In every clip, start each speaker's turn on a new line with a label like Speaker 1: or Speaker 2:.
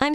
Speaker 1: I'm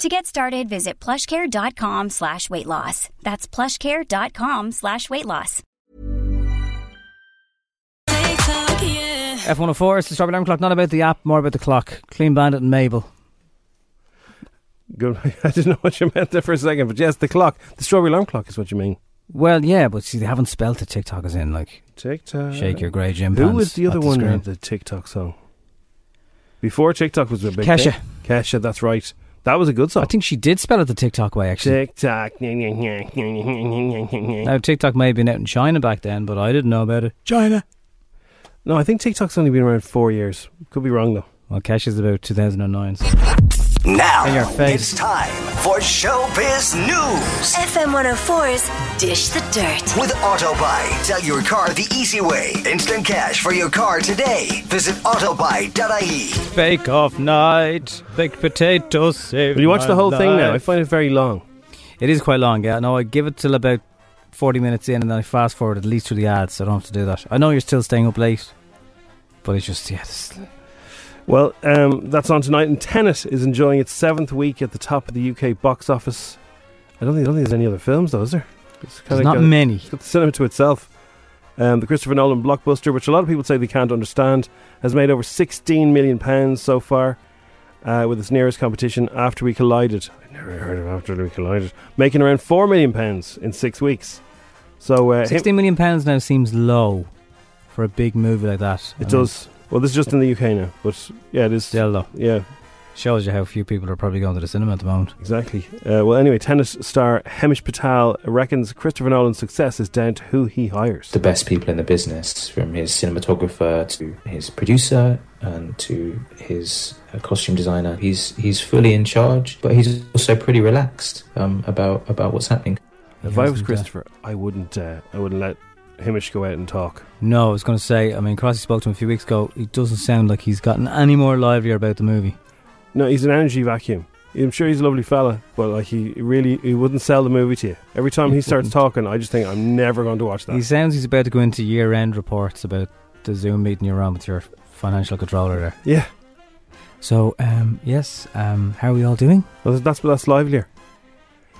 Speaker 2: To get started, visit plushcare.com slash weight loss. That's plushcare.com slash weight loss.
Speaker 3: F104, it's the Strawberry Alarm Clock, not about the app, more about the clock. Clean Bandit and Mabel.
Speaker 4: Good. I didn't know what you meant there for a second, but yes, the clock, the strawberry alarm clock is what you mean.
Speaker 3: Well, yeah, but see, they haven't spelt the TikTokers in, like,
Speaker 4: TikTok.
Speaker 3: shake your grey gym
Speaker 4: Who
Speaker 3: pants
Speaker 4: was the
Speaker 3: at
Speaker 4: other one who
Speaker 3: screen.
Speaker 4: had the TikTok song? Before TikTok was a big
Speaker 3: Kesha.
Speaker 4: thing. Kesha, that's right. That was a good song.
Speaker 3: I think she did spell it the TikTok way, actually.
Speaker 4: TikTok.
Speaker 3: Now, TikTok may have been out in China back then, but I didn't know about it. China.
Speaker 4: No, I think TikTok's only been around four years. Could be wrong though.
Speaker 3: Well, Cash is about 2009. so-
Speaker 5: Now,
Speaker 3: In your face.
Speaker 5: it's time for Showbiz News
Speaker 6: FM 104's Dish the Dirt.
Speaker 5: with Autobuy. Sell your car the easy way. Instant cash for your car today. Visit autobuy.ie.
Speaker 3: Bake off night, baked potatoes save
Speaker 4: Will you watch
Speaker 3: my
Speaker 4: the whole thing now? I
Speaker 3: life.
Speaker 4: find it very long.
Speaker 3: It is quite long, yeah. No, I give it till about 40 minutes in and then I fast forward at least through the ads, so I don't have to do that. I know you're still staying up late, but it's just, yeah, this,
Speaker 4: Uh, Well, um, that's on tonight, and Tenet is enjoying its seventh week at the top of the UK box office. I don't think, I don't think there's any other films though, is there? It's
Speaker 3: there's
Speaker 4: kinda
Speaker 3: not
Speaker 4: got-
Speaker 3: many.
Speaker 4: It's got the cinema to itself. Um, the Christopher Nolan blockbuster, which a lot of people say they can't understand, has made over 16 million pounds so far, uh, with its nearest competition, After We Collided. I never heard of After We Collided, making around 4 million pounds in six weeks. So uh, him-
Speaker 3: 16 million pounds now seems low for a big movie like that. I
Speaker 4: it
Speaker 3: mean,
Speaker 4: does. Well, this is just in the UK now, but yeah, it is.
Speaker 3: Still, though,
Speaker 4: Yeah,
Speaker 3: shows you how few people are probably going to the cinema at the moment.
Speaker 4: exactly. Uh, well, anyway, tennis star Hemish Patel reckons Christopher Nolan's success is down to who he hires.
Speaker 7: the best people in the business, from his cinematographer to his producer and to his uh, costume designer. He's he's fully in charge, but he's also pretty relaxed um, about about what's happening.
Speaker 4: If I was
Speaker 3: Hasn't, uh,
Speaker 4: Christopher, I wouldn't. Uh, I wouldn't let Hemish go out and talk.
Speaker 3: No, I was going to say, I mean, Crossy spoke to him a few weeks ago. It doesn't sound like he's gotten any more livelier about the movie.
Speaker 4: No, he's an energy vacuum. I'm sure he's a lovely fella, but like he really he wouldn't sell the movie to you. Every time he,
Speaker 3: He
Speaker 4: starts
Speaker 3: wouldn't.
Speaker 4: talking, I just think I'm never going to watch that.
Speaker 3: He sounds he's about to go into year end reports about the Zoom meeting you're on with your financial controller there.
Speaker 4: yeah,
Speaker 3: So, um, yes, um, how are we all doing?
Speaker 4: well, that's that's livelier.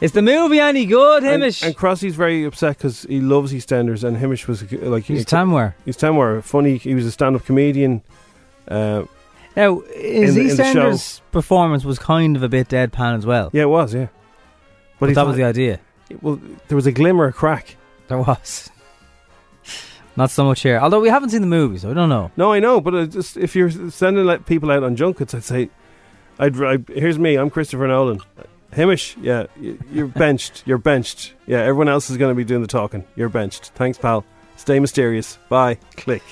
Speaker 3: Is the movie any good,
Speaker 4: And-
Speaker 3: Hamish?
Speaker 4: and, Crossy's very upset because he loves EastEnders, and Hamish was uh, like
Speaker 3: He's Tamware.
Speaker 4: He's Tamwar, funny. He was a stand-up comedian. Uh,
Speaker 3: Now, his
Speaker 4: In the- in the show.
Speaker 3: EastEnders performance was kind of a bit deadpan as well.
Speaker 4: yeah, it was. Yeah,
Speaker 3: but
Speaker 4: he
Speaker 3: that was the idea.
Speaker 4: well, there was a glimmer, of crack.
Speaker 3: There was. Not so much here. Although we haven't seen the movie, so I don't know.
Speaker 4: No, I know, but I just if you're sending like people out on junkets, I'd say, I'd, ri here's me. I'm Christopher Nolan. Hamish, yeah, y- you're benched. You're benched. Yeah, everyone else is going to be doing the talking. You're benched. Thanks, pal. Stay mysterious. Bye. Click.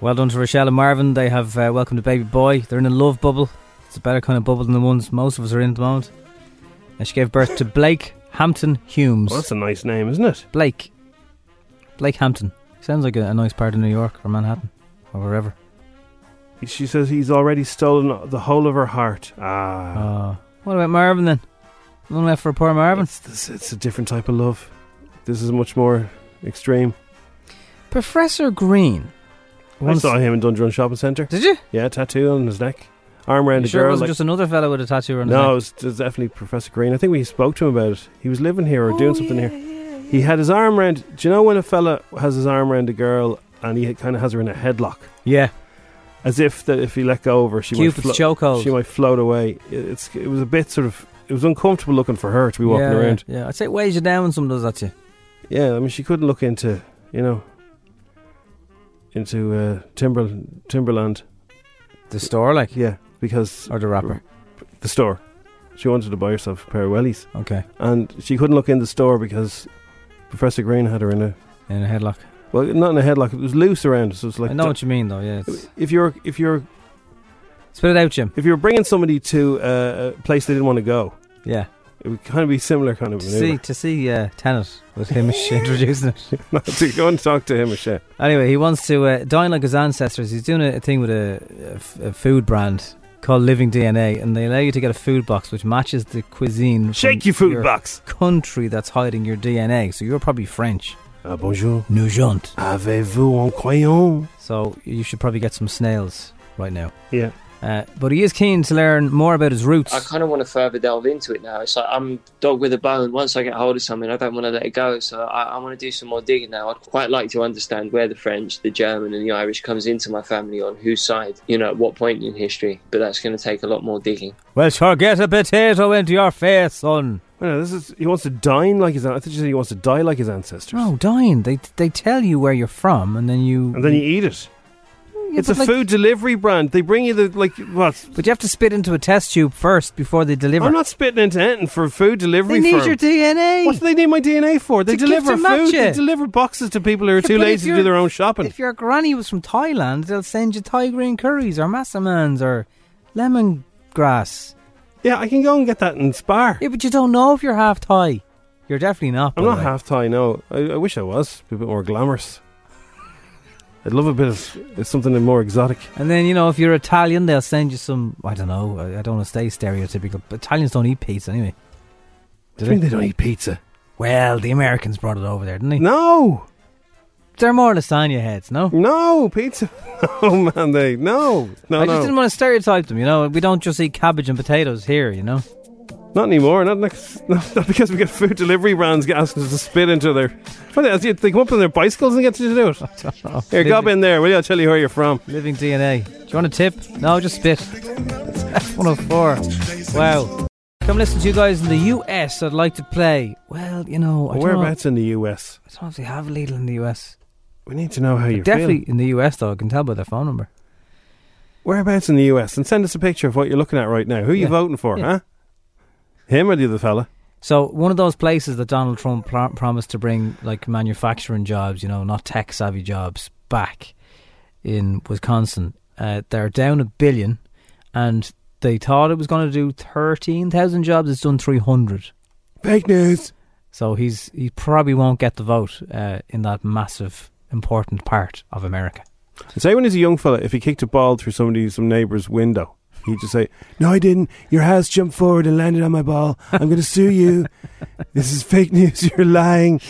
Speaker 3: Well done to Rochelle and Marvin. They have uh, welcomed a baby boy. They're in a love bubble. It's a better kind of bubble than the ones most of us are in at the moment. And she gave birth to Blake Hampton Humes.
Speaker 4: Well, that's a nice name, isn't it?
Speaker 3: Blake. Blake Hampton. Sounds like a, a nice part of New York or Manhattan or wherever.
Speaker 4: She says he's already stolen the whole of her heart. Ah,
Speaker 3: Uh, what about Marvin then? One left for poor Marvin.
Speaker 4: it's, this- it's a different type of love. This is much more extreme.
Speaker 3: Professor Green.
Speaker 4: I
Speaker 3: Once-
Speaker 4: saw him in Dundrum Shopping Centre.
Speaker 3: Did you?
Speaker 4: Yeah, tattoo on his neck, arm around
Speaker 3: You
Speaker 4: a
Speaker 3: sure it
Speaker 4: girl.
Speaker 3: wasn't
Speaker 4: like-
Speaker 3: just another fellow with a tattoo on his
Speaker 4: No, it
Speaker 3: neck?
Speaker 4: was, it was definitely Professor Green. I think we spoke to him about it. He was living
Speaker 3: Oh,
Speaker 4: here or doing something here. He had his arm around. Do you know when a fella has his arm around a girl and he kind of has her in a headlock,
Speaker 3: Yeah.
Speaker 4: as if that if he let go of her, she might
Speaker 3: Cupid's chokehold.
Speaker 4: she might float away. It- It's it was a bit sort of it was uncomfortable looking for her to be walking
Speaker 3: yeah,
Speaker 4: around.
Speaker 3: Yeah, I'd say it weighs you down when someone does that to you.
Speaker 4: Yeah, I mean, she couldn't look into, you know, into uh, Timber Timberland.
Speaker 3: The store, like,
Speaker 4: Yeah, because
Speaker 3: or the rapper.
Speaker 4: the store. She wanted to buy herself a pair of wellies,
Speaker 3: Okay,
Speaker 4: and she couldn't look in the store because Professor Green had her in a
Speaker 3: in a headlock.
Speaker 4: well, not in a headlock. It was loose around, so it's like
Speaker 3: I know what you mean, though. Yeah, it's,
Speaker 4: if you're if you're
Speaker 3: spit it out, Jim.
Speaker 4: if you're bringing somebody to uh, a place they didn't want to go,
Speaker 3: Yeah,
Speaker 4: it would kind of be similar kind of
Speaker 3: to see
Speaker 4: maneuver.
Speaker 3: to see uh, Tenet with him introducing it.
Speaker 4: Not to go and talk to him or shit.
Speaker 3: Anyway, he wants to uh, dine like his ancestors. He's doing a, a thing with a, a f- a food brand called Living DNA, and they allow you to get a food box which matches the cuisine.
Speaker 4: Shake
Speaker 3: from
Speaker 4: your food
Speaker 3: your
Speaker 4: box.
Speaker 3: Country that's hiding your DNA. So you're probably French.
Speaker 4: Ah, bonjour.
Speaker 3: Nugent.
Speaker 4: Avez-vous un crayon?
Speaker 3: So you should probably get some snails right now.
Speaker 4: Yeah. Ah.
Speaker 3: Uh, but he is keen to learn more about his roots.
Speaker 8: I kind of want to further delve into it now. It's like I'm dog with a bone. Once I get hold of something, I don't want to let it go. So I, I want to do some more digging now. I'd quite like to understand where the French, the German, and the Irish comes into my family on whose side, you know, at what point in history. But that's going to take a lot more digging.
Speaker 3: well, sure, get a potato into your face, son.
Speaker 4: Well, no, this is he wants to dine like his. an- I thought you said he wants to die like his ancestors.
Speaker 3: No, dying. They they tell you where you're from, and then you
Speaker 4: and then you eat it.
Speaker 3: Yeah,
Speaker 4: it's a
Speaker 3: but like-
Speaker 4: food delivery brand. They bring you the like what?
Speaker 3: But you have to spit into a test tube first before they deliver.
Speaker 4: I'm not spitting into anything for a food
Speaker 3: they
Speaker 4: delivery.
Speaker 3: need
Speaker 4: firm.
Speaker 3: your DNA.
Speaker 4: What do they need my DNA for? They
Speaker 3: To give
Speaker 4: deliver
Speaker 3: to match
Speaker 4: food. They
Speaker 3: it.
Speaker 4: deliver boxes to people who are
Speaker 3: Yeah,
Speaker 4: too
Speaker 3: but if
Speaker 4: lazy to do
Speaker 3: you're-
Speaker 4: their own shopping.
Speaker 3: If your granny was from Thailand, they'll send you Thai green curries or massamans or lemongrass.
Speaker 4: yeah, I can go and get that in Spar.
Speaker 3: Yeah, but you don't know if you're half Thai. You're definitely not.
Speaker 4: I'm
Speaker 3: by the
Speaker 4: not
Speaker 3: way.
Speaker 4: half Thai. No, I, I wish I was. Be a bit more glamorous. I'd love a bit of something more exotic.
Speaker 3: And then you know, if you're Italian, they'll send you some. I don't know. I, I don't want to stay stereotypical. But Italians don't eat pizza anyway.
Speaker 4: Do you mean they don't eat pizza?
Speaker 3: Well, the Americans brought it over there, didn't they?
Speaker 4: No,
Speaker 3: They're more lasagna heads, no?
Speaker 4: no pizza. Oh man, they no, no,
Speaker 3: I
Speaker 4: no.
Speaker 3: just didn't want to stereotype them. You know, we don't just eat cabbage and potatoes here. You know.
Speaker 4: Not anymore. Not, next, not, not because we get food delivery brands get- asking us to spit into their. What else? You- They come up on their bicycles and get you to do it. Here, go up in there. Will you? I'll tell you where you're from.
Speaker 3: Living DNA. Do you want a tip? No, just spit. F104. Wow. Come listen to you guys in the US. I'd like to play. Well, you know, I don't know.
Speaker 4: Whereabouts in the US?
Speaker 3: I don't know if they have Lidl in the US.
Speaker 4: We need to know how you're
Speaker 3: Definitely in
Speaker 4: feeling.
Speaker 3: the US, though. I can tell by their phone number.
Speaker 4: Whereabouts in the US? And send us a picture of what you're looking at right now. Who are you
Speaker 3: Yeah.
Speaker 4: voting for,
Speaker 3: Yeah.
Speaker 4: huh? Him or the other fella?
Speaker 3: So, one of those places that Donald Trump pl- promised to bring, like, manufacturing jobs, you know, not tech savvy jobs, back in Wisconsin, uh, they're down a billion and they thought it was going to do 13,000 jobs. It's done 300.
Speaker 4: Fake news.
Speaker 3: So he's he probably won't get the vote uh, in that massive important part of America.
Speaker 4: Say when he's a young fella, if he kicked a ball through somebody, some neighbour's window, he'd just say, "No, I didn't. Your house jumped forward and landed on my ball. I'm going to sue you. This is fake news. You're lying.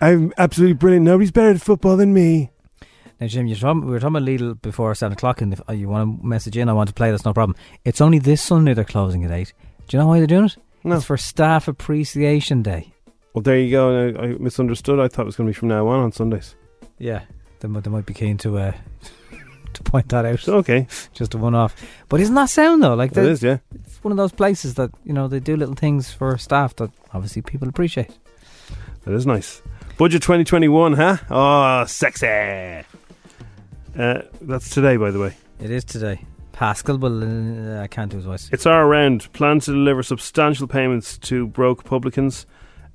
Speaker 4: I'm absolutely brilliant. Nobody's better at football than me."
Speaker 3: Now, Jim, you're talking, we were talking about Lidl before seven o'clock, and if uh, you want to message in, I want to play. That's no problem. It's only this Sunday they're closing at eight. Do you know why they're doing it?
Speaker 4: No.
Speaker 3: It's for Staff Appreciation Day.
Speaker 4: Well, there you go. And I, I misunderstood. I thought it was going to be from now on on Sundays.
Speaker 3: Yeah, they, might- they might be keen to uh, to point that out.
Speaker 4: So, okay,
Speaker 3: Just a one off. But isn't that sound though? Like
Speaker 4: that
Speaker 3: the,
Speaker 4: is yeah.
Speaker 3: it's one of those places that you know they do little things for staff that obviously people appreciate.
Speaker 4: That is nice. Budget 2021, huh? Oh, sexy. Uh, that's today, by the way.
Speaker 3: It is today. Pascal, but uh, I can't do his voice.
Speaker 4: It's our round. Plans to deliver substantial payments to broke publicans,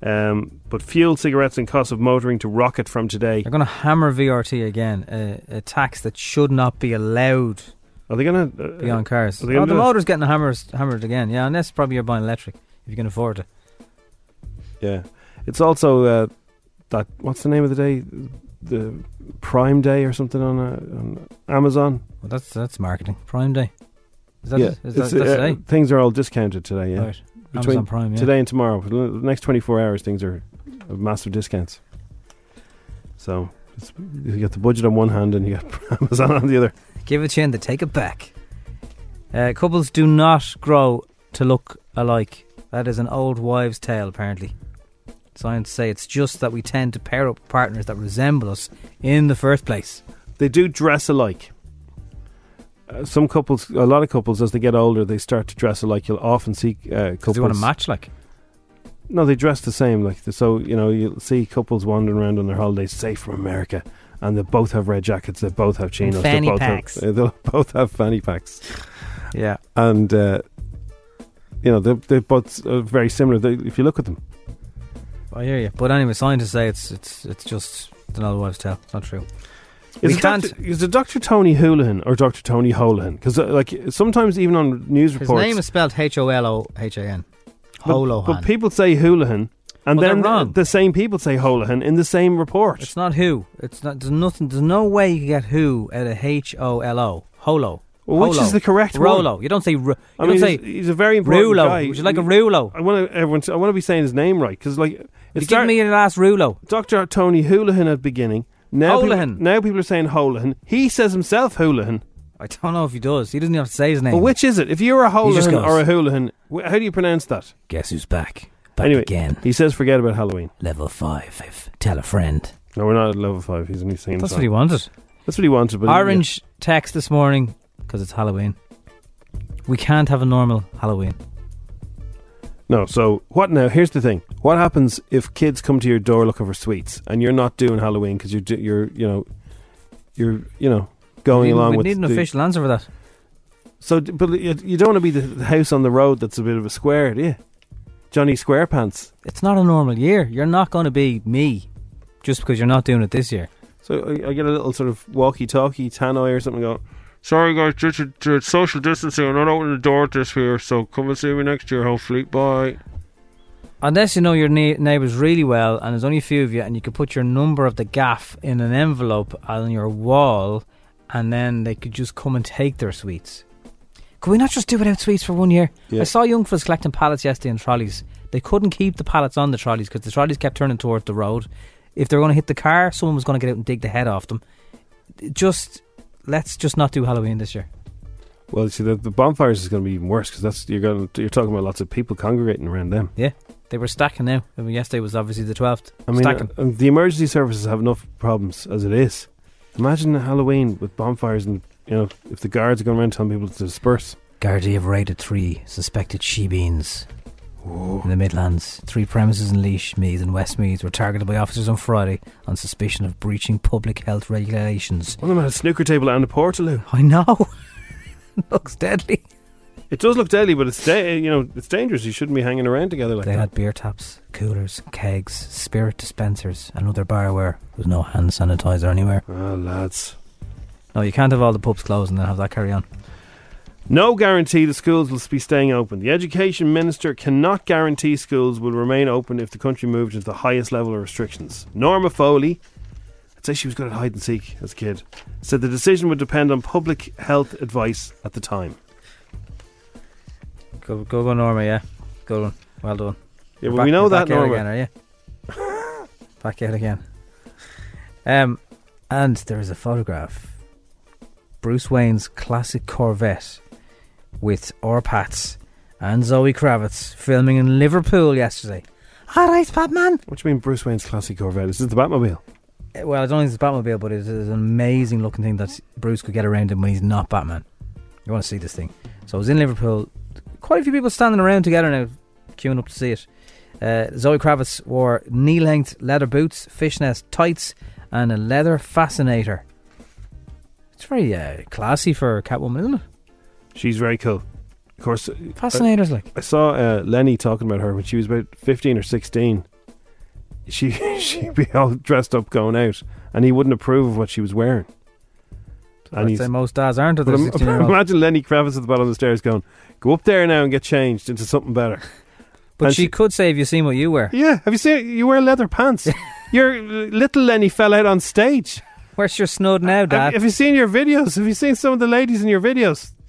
Speaker 4: um, but fuel, cigarettes, and cost of motoring to rocket from today.
Speaker 3: They're going to hammer VRT again, uh, a tax that should not be allowed
Speaker 4: Are they going to? Uh,
Speaker 3: beyond cars.
Speaker 4: are they gonna
Speaker 3: Oh, the
Speaker 4: do it?
Speaker 3: motor's getting hammered, hammered again, yeah, unless probably you're buying electric, if you can afford it.
Speaker 4: Yeah. It's also uh, that. What's the name of the day? The Prime Day or something on, uh, on Amazon.
Speaker 3: Well, that's that's marketing. Prime Day. Is that it? eh? Is that,
Speaker 4: It's,
Speaker 3: that's
Speaker 4: uh,
Speaker 3: today?
Speaker 4: Things are all discounted today. Yeah.
Speaker 3: Right.
Speaker 4: Between
Speaker 3: Amazon Prime, yeah.
Speaker 4: Today and tomorrow, for the next 24 hours, things are of massive discounts. So it's, you got the budget on one hand and you got Amazon on the other.
Speaker 3: Give it to you and they take it back. Uh, couples do not grow to look alike. That is an old wives' tale, apparently. Science say it's just that we tend to pair up partners that resemble us in the first place.
Speaker 4: They do dress alike. Uh, some couples, a lot of couples, as they get older, they start to dress alike. You'll often see uh, couples.
Speaker 3: Because they want to match, like.
Speaker 4: No, they dress the same. Like so, you know, you'll see couples wandering around on their holidays, safe from America, and they both have red jackets. They both have chinos.
Speaker 3: fanny
Speaker 4: they both
Speaker 3: packs.
Speaker 4: Have, they both have fanny packs,
Speaker 3: Yeah.
Speaker 4: and uh, you know, they're, they're both uh, very similar. They, if you look at them,
Speaker 3: I hear you. But anyway, scientists say it's it's it's just it's another wives' tale. It's not true.
Speaker 4: Is
Speaker 3: We
Speaker 4: it
Speaker 3: can't-
Speaker 4: Doctor, is it Dr. Tony Houlihan or Dr. Tony Holohan? Because uh, like sometimes even on news
Speaker 3: His
Speaker 4: reports,
Speaker 3: name is spelled H O L O H A N.
Speaker 4: but,
Speaker 3: Holohan.
Speaker 4: but people say Houlihan, and
Speaker 3: Well,
Speaker 4: then
Speaker 3: they're wrong.
Speaker 4: the, the same people say Holohan in the same report.
Speaker 3: it's not who. It's not. There's nothing. There's no way you can get who out of H O L O. Holo.
Speaker 4: Well, which
Speaker 3: Holo.
Speaker 4: is the correct one?
Speaker 3: Rolo. You don't say. R-
Speaker 4: I
Speaker 3: you
Speaker 4: mean,
Speaker 3: don't
Speaker 4: he's,
Speaker 3: say
Speaker 4: he's a very important
Speaker 3: Rulo.
Speaker 4: guy.
Speaker 3: Would you like a Rulo?
Speaker 4: I want to everyone. To, I want to be saying his name right because like
Speaker 3: You
Speaker 4: it's
Speaker 3: give me your last Rulo.
Speaker 4: Dr. Tony Houlihan at the beginning. Now
Speaker 3: Holohan.
Speaker 4: People, now people are saying Holohan. He says himself Houlihan.
Speaker 3: I don't know if he does. He doesn't even have to say his name.
Speaker 4: But which is it? If you're a
Speaker 3: just
Speaker 4: Holohan
Speaker 3: goes.
Speaker 4: or a Houlihan, wh- how do you pronounce that?
Speaker 3: Guess who's back? Back
Speaker 4: anyway,
Speaker 3: again.
Speaker 4: he says forget about Halloween.
Speaker 3: Level five. Tell a friend.
Speaker 4: No, we're not at level five. He's only saying
Speaker 3: That's what he wanted.
Speaker 4: That's what he wanted. But
Speaker 3: Orange text this morning because it's Halloween. We can't have a normal Halloween.
Speaker 4: No, so what now? Here's the thing: what happens if kids come to your door looking for sweets and you're not doing Halloween because you're do- you're you know you're you know going
Speaker 3: we need,
Speaker 4: along
Speaker 3: we
Speaker 4: with
Speaker 3: need an
Speaker 4: the-
Speaker 3: official answer for that.
Speaker 4: So, d- but you you don't want to be the- the house on the road that's a bit of a square, do you? Johnny Squarepants.
Speaker 3: It's not a normal year. You're not going to be me just because you're not doing it this year.
Speaker 4: So I, I get a little sort of walkie-talkie, tannoy or something going. Sorry guys, due to, to social distancing, I'm not opening the door this year. So come and see me next year, hopefully. Bye.
Speaker 3: Unless you know your nei- neighbours really well and there's only a few of you and you could put your number of the gaff in an envelope on your wall and then they could just come and take their sweets. Could we not just do without sweets for one year?
Speaker 4: Yeah.
Speaker 3: I saw young fellas collecting pallets yesterday in trolleys. They couldn't keep the pallets on the trolleys because the trolleys kept turning towards the road. If they were going to hit the car, someone was going to get out and dig the head off them. Just let's just not do Halloween this year.
Speaker 4: Well, you see, the, the bonfires is going to be even worse because that's you're going you're talking about lots of people congregating around them.
Speaker 3: Yeah, they were stacking now. I mean, yesterday was obviously the twelfth.
Speaker 4: I mean,
Speaker 3: stacking.
Speaker 4: uh, the emergency services have enough problems as it is. Imagine Halloween with bonfires and you know if the guards are going around telling people to disperse.
Speaker 3: Gardaí have raided three suspected she beans in the Midlands. Three premises in Leash, Meath, and Westmeath were targeted by officers on Friday on suspicion of breaching public health regulations.
Speaker 4: One of them had a snooker table and a portaloo.
Speaker 3: I know. Looks deadly.
Speaker 4: It does look deadly, but it's da- you know it's dangerous. You shouldn't be hanging around together like
Speaker 3: They
Speaker 4: that.
Speaker 3: had beer taps, coolers, kegs, spirit dispensers, and other barware. There was no hand sanitizer anywhere.
Speaker 4: Ah, lads.
Speaker 3: No, you can't have all the pubs closed and then have that carry on.
Speaker 4: No guarantee the schools will be staying open. The education minister cannot guarantee schools will remain open if the country moves into the highest level of restrictions. Norma Foley, I'd say she was good at hide and seek as a kid, said the decision would depend on public health advice at the time.
Speaker 3: Go, go, go, Norma, yeah. Good one. Well done.
Speaker 4: Yeah,
Speaker 3: You're
Speaker 4: well, we
Speaker 3: back-
Speaker 4: know
Speaker 3: you're
Speaker 4: that,
Speaker 3: back out
Speaker 4: Norma.
Speaker 3: Again, are you? back out again. Um, and there is a photograph. Bruce Wayne's classic Corvette with Orpatz and Zoe Kravitz filming in Liverpool yesterday. All right, Batman.
Speaker 4: What do you mean, Bruce Wayne's classic Corvette? Is it the Batmobile?
Speaker 3: Uh, Well, I don't think it's Batmobile, but it's, it's an amazing looking thing that Bruce could get around in when he's not Batman. You want to see this thing. So I was in Liverpool. Quite a few people standing around together now, queuing up to see it. Uh, Zoe Kravitz wore knee length leather boots, fishnet tights, and a leather fascinator. It's very uh, classy for Catwoman, isn't it?
Speaker 4: She's very cool. Of course, uh,
Speaker 3: Fascinators, like.
Speaker 4: I saw uh, Lenny talking about her when she was about 15 or 16. She, she'd be all dressed up going out, and he wouldn't approve of what she was wearing. And
Speaker 3: I'd
Speaker 4: he's,
Speaker 3: say most dads aren't, or
Speaker 4: but
Speaker 3: they're
Speaker 4: im-
Speaker 3: 16 year olds.
Speaker 4: imagine Lenny Kravitz at the bottom of the stairs going, Go up there now and get changed into something better.
Speaker 3: But
Speaker 4: and
Speaker 3: she
Speaker 4: she-
Speaker 3: could say, Have you seen what you wear?
Speaker 4: yeah, have you seen it? You wear leather pants. your little Lenny fell out on stage.
Speaker 3: Where's your snud now,
Speaker 4: Have,
Speaker 3: Dad?
Speaker 4: have you seen your videos? Have you seen some of the ladies in your videos?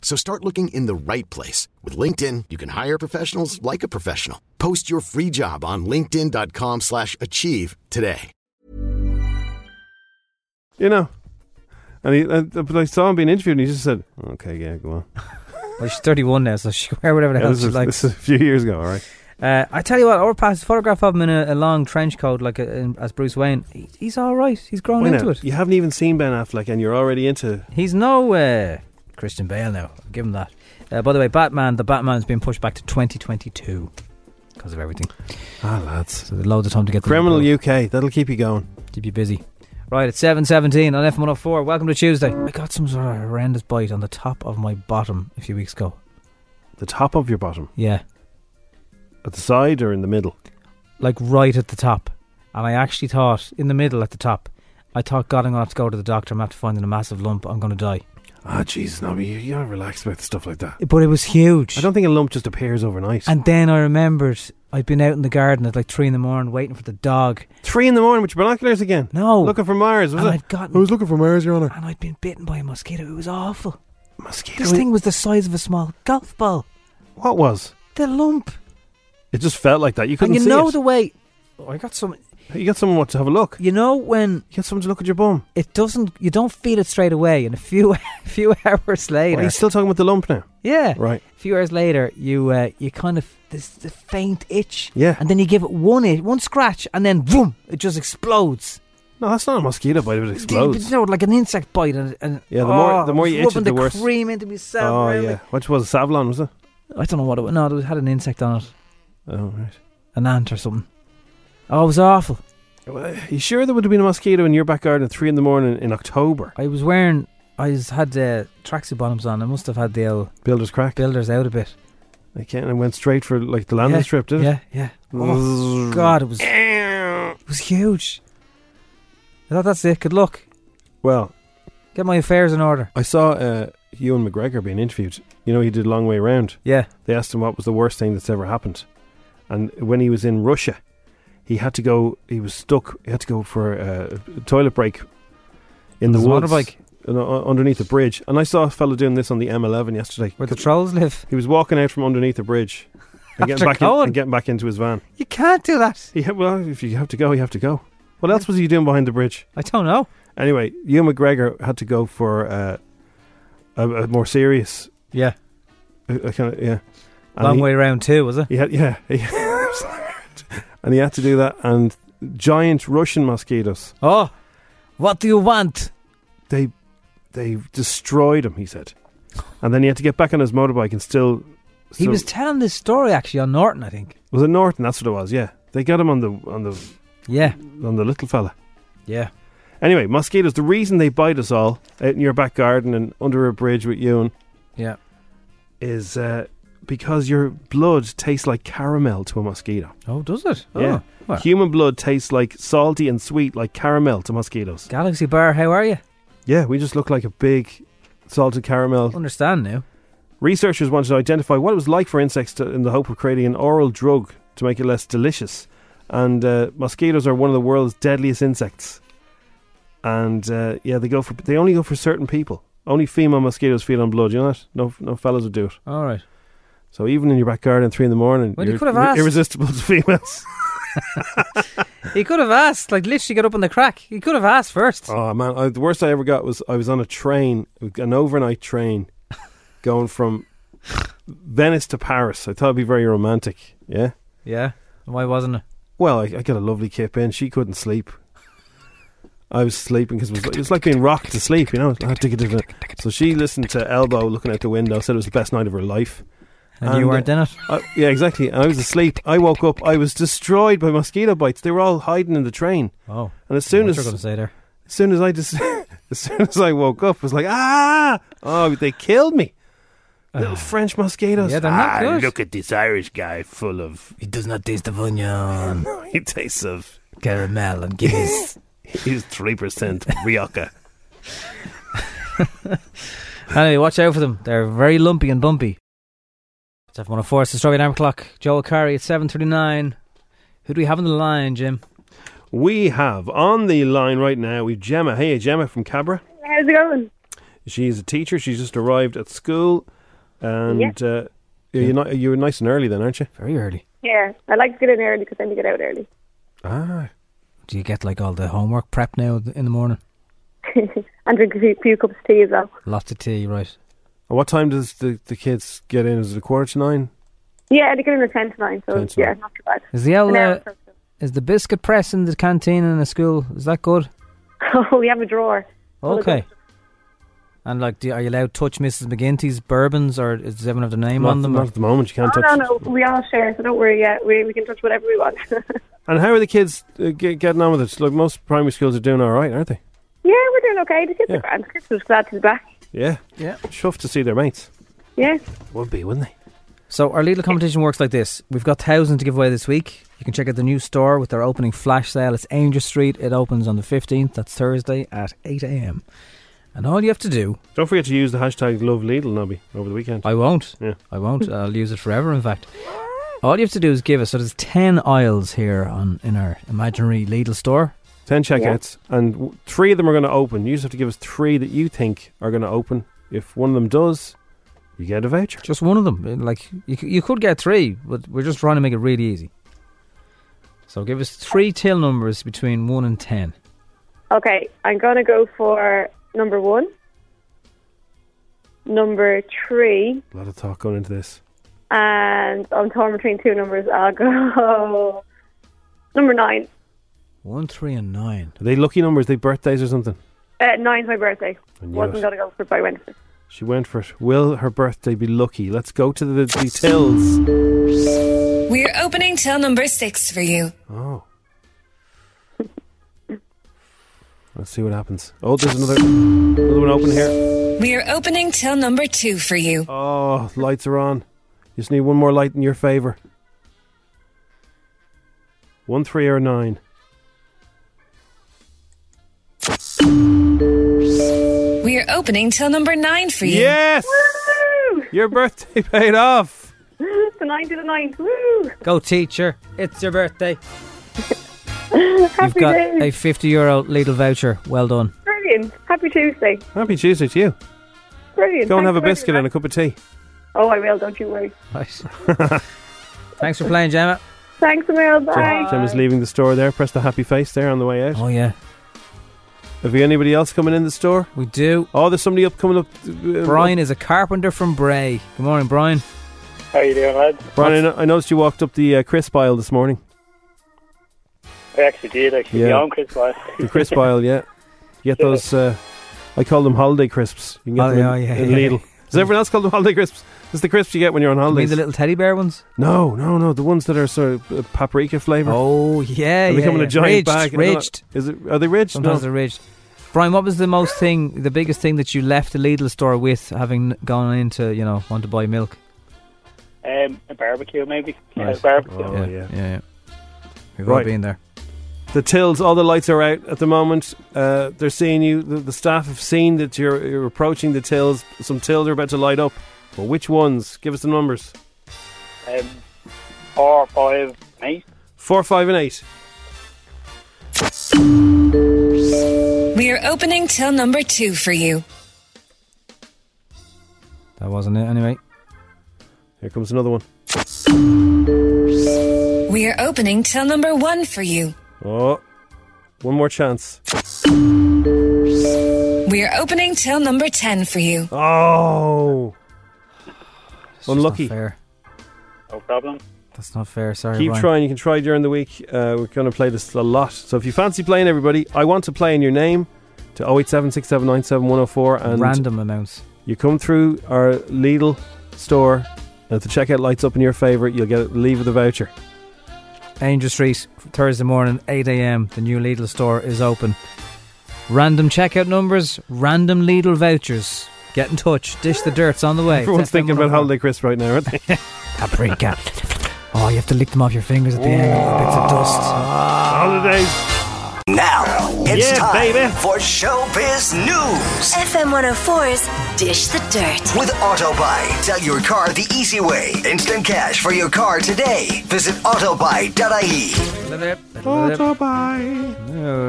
Speaker 9: So start looking in the right place. With LinkedIn, you can hire professionals like a professional. Post your free job on linkedin.com/achieve slash achieve today.
Speaker 4: You know. And he, uh, but I saw him being interviewed, and he just said, "Okay, yeah, go on."
Speaker 3: Well, she's 31 now, so she can wear whatever the
Speaker 4: Yeah,
Speaker 3: hell
Speaker 4: this,
Speaker 3: she
Speaker 4: is,
Speaker 3: likes.
Speaker 4: this is a few years ago, all right.
Speaker 3: Uh, I tell you what, our past photograph of him in a, a long trench coat, like a, in, as Bruce Wayne. He, he's all right. He's grown
Speaker 4: Why
Speaker 3: into
Speaker 4: not?
Speaker 3: it.
Speaker 4: You haven't even seen Ben Affleck, and you're already into.
Speaker 3: He's no uh, Christian Bale now. I'll give him that. Uh, by the way, Batman, the Batman's been pushed back to 2022 because of everything.
Speaker 4: Ah, lads.
Speaker 3: So there's loads of time to get the
Speaker 4: Criminal UK. That'll keep you going.
Speaker 3: Keep you busy. Right, it's 7.17 on F104. Welcome to Tuesday. I got some sort of horrendous bite on the top of my bottom a few weeks ago.
Speaker 4: The top of your bottom,
Speaker 3: Yeah,
Speaker 4: at the side or in the middle.
Speaker 3: like right at the top. And I actually thought, in the middle at the top, I thought, God, I'm going to have to go to the doctor. I'm going to have to find a massive lump. I'm going to die.
Speaker 4: Ah, jeez, Nobby, you, you're relaxed about stuff like that.
Speaker 3: But it was huge.
Speaker 4: I don't think a lump just appears overnight.
Speaker 3: and then I remembered I'd been out in the garden at like 3 in the morning waiting for the dog.
Speaker 4: Three in the morning with your binoculars again.
Speaker 3: No.
Speaker 4: looking for Mars. Was
Speaker 3: and
Speaker 4: it?
Speaker 3: I'd gotten,
Speaker 4: I was looking for Mars, Your Honor.
Speaker 3: and I'd been bitten by a mosquito. It was awful.
Speaker 4: Mosquito.
Speaker 3: This thing was the size of a small golf ball.
Speaker 4: What was?
Speaker 3: The lump.
Speaker 4: It just felt like that. You couldn't
Speaker 3: and you
Speaker 4: see
Speaker 3: know
Speaker 4: it.
Speaker 3: the way. Oh, I got some.
Speaker 4: you got someone to have a look.
Speaker 3: You know when
Speaker 4: You got someone to look at your bum.
Speaker 3: it doesn't. You don't feel it straight away, and a few few hours
Speaker 4: Are
Speaker 3: later,
Speaker 4: you still talking about the lump now?
Speaker 3: yeah,
Speaker 4: Right.
Speaker 3: a few hours later, you uh, you kind of this the faint itch,
Speaker 4: Yeah.
Speaker 3: and then you give it one itch, one scratch, and then boom, it just explodes.
Speaker 4: No, that's not a mosquito bite. It
Speaker 3: You
Speaker 4: explodes.
Speaker 3: know, like an insect bite, and, and
Speaker 4: Yeah, the more-
Speaker 3: oh,
Speaker 4: the more
Speaker 3: I was
Speaker 4: you itch it,
Speaker 3: rubbing
Speaker 4: the worse.
Speaker 3: cream into myself.
Speaker 4: Oh
Speaker 3: really.
Speaker 4: yeah. Which was Savlon, was it?
Speaker 3: I don't know what it was. No, it had an insect on it,
Speaker 4: Oh right.
Speaker 3: an ant or something. Oh, it was awful.
Speaker 4: Well, you sure there would have been a mosquito in your back garden at three in the morning in October?
Speaker 3: I was wearing. I was, had uh, tracksuit bottoms on. I must have had the old
Speaker 4: Builder's crack.
Speaker 3: builders out a bit.
Speaker 4: I can't. I went straight for like the landing
Speaker 3: yeah,
Speaker 4: strip, did
Speaker 3: Yeah, yeah. Oh, God, it was it
Speaker 4: it?
Speaker 3: was huge. I thought that's it. Good luck.
Speaker 4: Well,
Speaker 3: Get my affairs in order.
Speaker 4: I saw uh, Ewan McGregor being interviewed. You know, he did Long Way Round.
Speaker 3: Yeah.
Speaker 4: They asked him what was the worst thing that's ever happened. And when he was in Russia, he had to go, he was stuck, he had to go for a toilet break in the
Speaker 3: His
Speaker 4: woods.
Speaker 3: motorbike
Speaker 4: you know, u- underneath a bridge. And I saw a fella doing this on the M11 yesterday.
Speaker 3: where the trolls live.
Speaker 4: he was walking out from underneath a bridge and,
Speaker 3: After
Speaker 4: getting back in,
Speaker 3: going.
Speaker 4: and getting back into his van.
Speaker 3: You can't do that.
Speaker 4: Yeah, well, if you have to go, you have to go. What else was he doing behind the bridge?
Speaker 3: I don't know.
Speaker 4: Anyway, Ewan McGregor had to go for uh, a, a more serious,
Speaker 3: Yeah.
Speaker 4: a, a kind of yeah, And
Speaker 3: Long
Speaker 4: he-
Speaker 3: way around too, was it?
Speaker 4: He had yeah, he, and he had to do that. And giant Russian mosquitoes,
Speaker 3: Oh, what do you want?
Speaker 4: they they destroyed him. He said, and then he had to get back on his motorbike and still.
Speaker 3: He
Speaker 4: still-
Speaker 3: was telling this story actually on Norton, I think.
Speaker 4: was it Norton? That's what it was. Yeah, they got him on the on the
Speaker 3: Yeah.
Speaker 4: on the little fella.
Speaker 3: Yeah.
Speaker 4: Anyway, mosquitoes. The reason they bite us all out in your back garden and under a bridge with Ewan
Speaker 3: Yeah.
Speaker 4: is uh, because your blood tastes like caramel to a mosquito.
Speaker 3: Oh, does it? Oh.
Speaker 4: Yeah.
Speaker 3: Well,
Speaker 4: Human blood tastes like salty and sweet like caramel to mosquitoes.
Speaker 3: Galaxy Bar, how are you?
Speaker 4: Yeah, we just look like a big salted caramel.
Speaker 3: Understand now.
Speaker 4: Researchers wanted to identify what it was like for insects to, in the hope of creating an oral drug to make it less delicious. And uh, mosquitoes are one of the world's deadliest insects. And uh, yeah, they go for they only go for certain people. Only female mosquitoes feed on blood. You know that? No, no fellas would do it.
Speaker 3: All right.
Speaker 4: So even in your back garden, at three in the morning,
Speaker 3: Well, you
Speaker 4: you're
Speaker 3: could have
Speaker 4: ir-
Speaker 3: asked.
Speaker 4: irresistible to females.
Speaker 3: He could have asked, like literally got up on the crack. He could have asked first.
Speaker 4: Oh man, I, the worst I ever got was I was on a train, an overnight train, going from Venice to Paris. I thought it'd be very romantic. Yeah.
Speaker 3: Yeah. Why wasn't it?
Speaker 4: Well, I, I got a lovely kip in. She couldn't sleep. I was sleeping because it, was like- it was like being rocked to sleep, you know. So she listened to Elbow looking out the window, said it was the best night of her life.
Speaker 3: And, you
Speaker 4: And, uh,
Speaker 3: weren't in it.
Speaker 4: I, yeah, exactly. And I was asleep. I woke up. I was destroyed by mosquito bites. They were all hiding in the train.
Speaker 3: Oh.
Speaker 4: And as soon
Speaker 3: what you're
Speaker 4: as
Speaker 3: going to say there.
Speaker 4: as soon as I just, as soon as I woke up, I was like, ah, oh, they killed me. Little French mosquitoes.
Speaker 3: Ah.
Speaker 4: Ah,
Speaker 3: Yeah, they're not good.
Speaker 4: at this Irish guy full of.
Speaker 3: It does not taste of onion,
Speaker 4: He tastes of.
Speaker 3: caramel, and guineas.
Speaker 4: He's three percent Rioja.
Speaker 3: anyway, watch out for them. They're very lumpy and bumpy. It's F104, it's the Strawberry Alarm Clock. Joel Curry at 7.39. Who do we have on the line, Jim?
Speaker 4: We have on the line right now. We've Gemma. Hey, Gemma from Cabra.
Speaker 10: How's it going?
Speaker 4: She's a teacher. She's just arrived at school, and uh, you're not, you're nice and early then, aren't you?
Speaker 3: Very early.
Speaker 10: Yeah, I like to get in early because then you get out early.
Speaker 4: Ah,
Speaker 3: Do you get like all the homework prep now in the morning?
Speaker 10: and drink a few, few cups of tea as well.
Speaker 3: Lots of tea, right?
Speaker 4: And what time does the, the kids get in? Is it a quarter to nine?
Speaker 10: Yeah, they get in at 10 to 9, so
Speaker 4: 10 to
Speaker 10: yeah,
Speaker 4: nine.
Speaker 10: not too bad.
Speaker 3: Is the old,
Speaker 10: An hour
Speaker 3: uh, is the biscuit press in the canteen in the school? Is that good?
Speaker 10: Oh, we have a drawer. full of
Speaker 3: Okay. And like, do, are you allowed to touch Mrs. McGinty's bourbons, or does everyone have the name
Speaker 4: Not-
Speaker 3: on them?
Speaker 4: not
Speaker 3: or-
Speaker 4: at the moment. You can't
Speaker 10: Oh,
Speaker 4: touch.
Speaker 10: no, no, we all share, so don't worry. Yeah, we, we can touch whatever we want.
Speaker 4: And how are the kids uh, get, getting on with it? Like most primary schools are doing all right, aren't they?
Speaker 10: yeah, we're doing okay. The kids
Speaker 4: Yeah.
Speaker 10: are grand. The kids are glad to be back.
Speaker 4: Yeah.
Speaker 3: Yeah.
Speaker 4: Chuffed to see their mates.
Speaker 10: Yeah.
Speaker 4: Would be, wouldn't they?
Speaker 3: So our Lidl competition works like this. We've got thousands to give away this week. You can check out the new store with their opening flash sale. It's Angel Street. It opens on the 15th. That's Thursday at 8am. And all you have to do...
Speaker 4: Don't forget to use the hashtag Love Lidl, Nobby, over the weekend.
Speaker 3: I won't.
Speaker 4: Yeah.
Speaker 3: I won't. I'll use it forever, in fact. All you have to do is give us. So there's 10 aisles here on in our imaginary Lidl store.
Speaker 4: Ten checkouts, and w- three of them are going to open. You just have to give us three that you think are going to open. If one of them does, you get a voucher.
Speaker 3: Just one of them. Eh, Like you, c- you could get three, but we're just trying to make it really easy. So give us three till numbers between 1 and 10.
Speaker 10: Okay, I'm going to go for number one, number three,
Speaker 4: A lot of talk going into this.
Speaker 10: and I'm torn between two numbers. I'll go number nine.
Speaker 3: 1, 3 and 9.
Speaker 4: Are they lucky numbers? They birthdays or something?
Speaker 10: Uh, nine's my birthday.
Speaker 4: I knew
Speaker 10: Wasn't
Speaker 4: it.
Speaker 10: going to go for it, but I went for it.
Speaker 4: She went for it. Will her birthday be lucky? Let's go to the details.
Speaker 6: We're opening till number six for you.
Speaker 4: Oh. Let's see what happens. Oh, there's another, another one open here.
Speaker 6: We're opening till number two for you.
Speaker 4: Oh, lights are on. You just need one more light in your favour. One, three, or nine.
Speaker 6: We're opening till number nine for you.
Speaker 4: Yes! Your birthday paid off.
Speaker 10: The nine to the ninth. Woo!
Speaker 3: Go, teacher. It's your birthday. You've
Speaker 10: Happy
Speaker 3: got
Speaker 10: days.
Speaker 3: a 50 euro Lidl voucher. Well done.
Speaker 10: Brilliant. Happy Tuesday.
Speaker 4: Happy Tuesday to you.
Speaker 10: Brilliant.
Speaker 4: Go and
Speaker 10: Thanks
Speaker 4: have a
Speaker 10: for doing
Speaker 4: biscuit
Speaker 10: that.
Speaker 4: and a cup of tea.
Speaker 10: Oh, I will. Don't you worry.
Speaker 3: Thanks for playing, Gemma.
Speaker 10: Thanks, Emil. Bye.
Speaker 4: Jim is leaving the store there. Press the happy face there on the way out.
Speaker 3: Oh, yeah.
Speaker 4: Have you anybody else coming in the store?
Speaker 3: We do.
Speaker 4: Oh, there's somebody up coming up. uh,
Speaker 3: Brian is a carpenter from Bray. Good morning, Brian.
Speaker 11: How you doing, lad?
Speaker 4: Brian, I, no- I noticed you walked up the uh, crisp aisle this morning.
Speaker 11: I actually did, actually.
Speaker 4: Yeah.
Speaker 11: Yeah, I'm Chris Lyle.
Speaker 4: The crisp aisle, yeah. You get those. Uh, I call them holiday crisps. You can get
Speaker 3: Oh,
Speaker 4: them in,
Speaker 3: yeah, yeah,
Speaker 4: in
Speaker 3: yeah.
Speaker 4: Lidl. Does everyone else call them holiday crisps? It's the crisps you get when you're on
Speaker 3: You mean
Speaker 4: holidays.
Speaker 3: the little teddy bear ones?
Speaker 4: no, no, no. The ones that are sort of uh, paprika flavour.
Speaker 3: Oh, yeah.
Speaker 4: They
Speaker 3: yeah,
Speaker 4: come in
Speaker 3: yeah.
Speaker 4: a giant
Speaker 3: ridged,
Speaker 4: bag. I don't know-
Speaker 3: Ridged.
Speaker 4: Is it? Are they ridged?
Speaker 3: Sometimes
Speaker 4: no.
Speaker 3: they're ridged. Brian, what was the most thing, the biggest thing that you left the Lidl store with having gone into, you know, want to buy milk?
Speaker 11: Um, a barbecue, maybe. Yeah,
Speaker 3: Nice.
Speaker 11: barbecue.
Speaker 4: Oh,
Speaker 3: Yeah,
Speaker 4: yeah.
Speaker 3: yeah. We've all
Speaker 4: Right.
Speaker 3: been there.
Speaker 4: The tills, all the lights are out at the moment. Uh, they're seeing you. The, the staff have seen that you're, you're approaching the tills. Some tills are about to light up. But which ones? Give us the numbers.
Speaker 11: Um, four, five, eight.
Speaker 4: Four, five, and eight.
Speaker 6: We're opening till number two for you.
Speaker 3: That wasn't it, anyway.
Speaker 4: Here comes another one.
Speaker 6: We're opening till number one for you.
Speaker 4: Oh, one more chance.
Speaker 6: We're opening till number ten for you.
Speaker 4: Oh,
Speaker 3: It's just not
Speaker 4: Unlucky.
Speaker 3: fair.
Speaker 11: No problem.
Speaker 3: That's not fair. Sorry,
Speaker 4: keep
Speaker 3: Brian.
Speaker 4: trying. You can try during the week. Uh, we're going to play this a lot. So if you fancy playing, everybody, I want to play in your name to 087-679-7104 and
Speaker 3: Random amounts.
Speaker 4: you come through our Lidl store. And if the checkout lights up in your favour, you'll get leave with a voucher.
Speaker 3: Angel Street, Thursday morning, 8 a.m. The new Lidl store is open. Random checkout numbers, random Lidl vouchers. Get in touch. Dish the dirt's on the way.
Speaker 4: Everyone's thinking about holiday crisp right now, aren't they?
Speaker 3: Paprika. Oh, you have to lick them off your fingers at the end. Bits of dust.
Speaker 4: Holidays.
Speaker 5: Now it's
Speaker 4: Yeah,
Speaker 5: time
Speaker 4: baby.
Speaker 5: for Showbiz News.
Speaker 6: FM 104's Dish the Dirt.
Speaker 5: With Autobuy, sell your car the easy way. Instant cash for your car today. Visit autobuy.ie.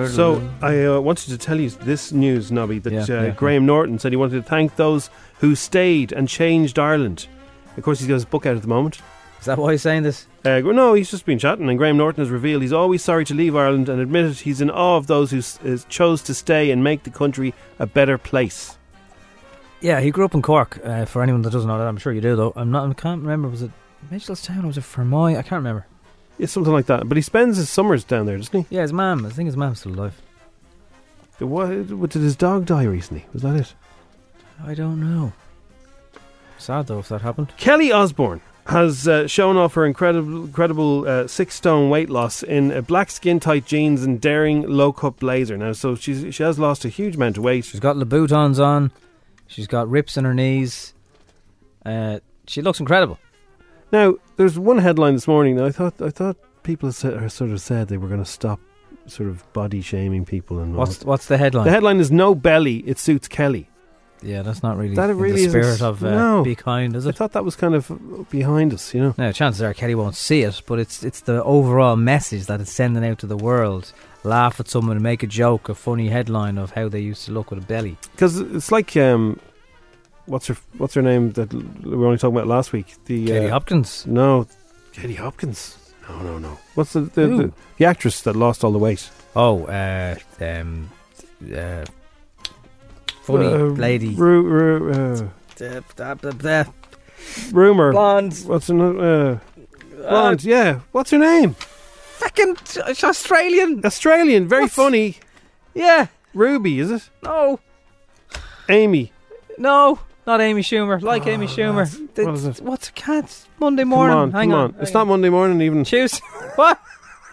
Speaker 4: So I uh, wanted to tell you this news, Nobby, that
Speaker 3: Yeah,
Speaker 4: uh,
Speaker 3: yeah.
Speaker 4: Graham Norton said he wanted to thank those who stayed and changed Ireland. Of course, he's got his book out at the moment.
Speaker 3: Is that why he's saying this?
Speaker 4: Uh, no, he's just been chatting. And Graham Norton has revealed he's always sorry to leave Ireland and admitted he's in awe of those who s- is, chose to stay and make the country a better place.
Speaker 3: Yeah, he grew up in Cork. Uh, for anyone that doesn't know that, I'm sure you do though. I'm not. I can't remember. Was it Mitchellstown or was it Fermoy? I can't remember.
Speaker 4: Yeah, something like that. But he spends his summers down there, doesn't he?
Speaker 3: Yeah, his mum. I think his mum's still alive.
Speaker 4: What, what did his dog die recently? Was that it?
Speaker 3: I don't know. Sad though if that happened.
Speaker 4: Kelly Osborne has uh, shown off her incredible, incredible uh, six stone weight loss in uh, black skin tight jeans and daring low cut blazer. Now, so she's she has lost a huge amount of weight.
Speaker 3: She's got Louboutins on. She's got rips in her knees. Uh, she looks incredible.
Speaker 4: Now, there's one headline this morning. Now, I thought I thought people sa- are sort of said they were going to stop sort of body shaming people and all
Speaker 3: What's
Speaker 4: that.
Speaker 3: what's the headline?
Speaker 4: The headline is "No Belly, It Suits Kelly."
Speaker 3: yeah, that's not really,
Speaker 4: That
Speaker 3: in
Speaker 4: really
Speaker 3: the
Speaker 4: isn't
Speaker 3: spirit
Speaker 4: s-
Speaker 3: of uh,
Speaker 4: no.
Speaker 3: be kind, is
Speaker 4: I
Speaker 3: it?
Speaker 4: thought that was kind of behind us, you know.
Speaker 3: Now, chances are Kelly won't see it, but it's it's the overall message that it's sending out to the world. Laugh at someone, make a joke, a funny headline of how they used to look with a belly.
Speaker 4: Because it's like um, what's her what's her name that l- we were only talking about last week? The
Speaker 3: Katie
Speaker 4: uh,
Speaker 3: Hopkins.
Speaker 4: No, Katie Hopkins. No, no, no. What's the the,
Speaker 3: Who?
Speaker 4: the the actress that lost all the weight?
Speaker 3: Oh, uh, um, uh, funny
Speaker 4: Uh,
Speaker 3: lady.
Speaker 4: Ru- ru- uh,
Speaker 3: Da- da- da- da.
Speaker 4: rumor.
Speaker 3: Blonde.
Speaker 4: What's her? no- Uh, blonde. yeah. What's her name?
Speaker 3: Fucking it's Australian.
Speaker 4: Australian. Very
Speaker 3: What's-
Speaker 4: funny.
Speaker 3: Yeah.
Speaker 4: Ruby, is it?
Speaker 3: No.
Speaker 4: Amy.
Speaker 3: No. Not Amy Schumer. Like Amy Schumer. Th-
Speaker 4: Ah, what is it?
Speaker 3: What's a cat? Monday morning.
Speaker 4: come on,
Speaker 3: Hang
Speaker 4: come
Speaker 3: on.
Speaker 4: on. It's not Monday morning even.
Speaker 3: Choose. what?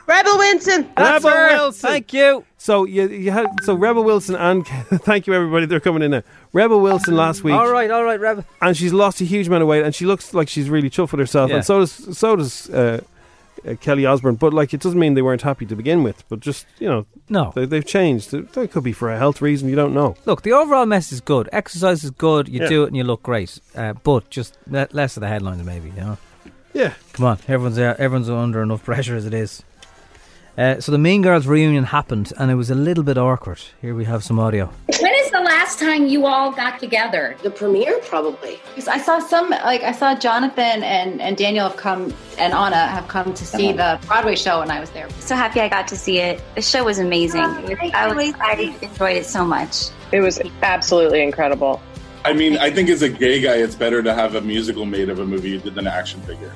Speaker 12: Rebel Wilson.
Speaker 3: That's
Speaker 4: Rebel
Speaker 3: her.
Speaker 4: Wilson.
Speaker 3: Thank you.
Speaker 4: So you, you had so Rebel Wilson and thank you everybody they're coming in now. Rebel Wilson last week
Speaker 3: All right. All right, Rev.
Speaker 4: and she's lost a huge amount of weight and she looks like she's really chuffed with herself
Speaker 3: Yeah.
Speaker 4: and so does so does uh, uh, Kelly Osbourne but like it doesn't mean they weren't happy to begin with but just you know
Speaker 3: No.
Speaker 4: they, they've changed They- they could be for a health reason you don't know
Speaker 3: Look, the overall message is good. Exercise is good. You
Speaker 4: Yeah.
Speaker 3: do it and you look great. Uh, but just le- less of the headlines, maybe. You know.
Speaker 4: yeah
Speaker 3: Come on, everyone's there. Everyone's under enough pressure as it is. Uh, so the Mean Girls reunion happened, and it was a little bit awkward. Here we have some audio.
Speaker 13: When is the last time you all got together?
Speaker 12: The premiere, probably.
Speaker 14: Because I saw some, like I saw Jonathan and, and Daniel have come, and Anna have come to see
Speaker 12: Uh-huh.
Speaker 14: the Broadway show, and I was there. Oh,
Speaker 15: So happy I got to see it. The show was amazing. It was- I, was, I enjoyed it so much.
Speaker 12: It was absolutely incredible.
Speaker 16: I mean, I think as a gay guy, it's better to have a musical made of a movie you did than an action figure.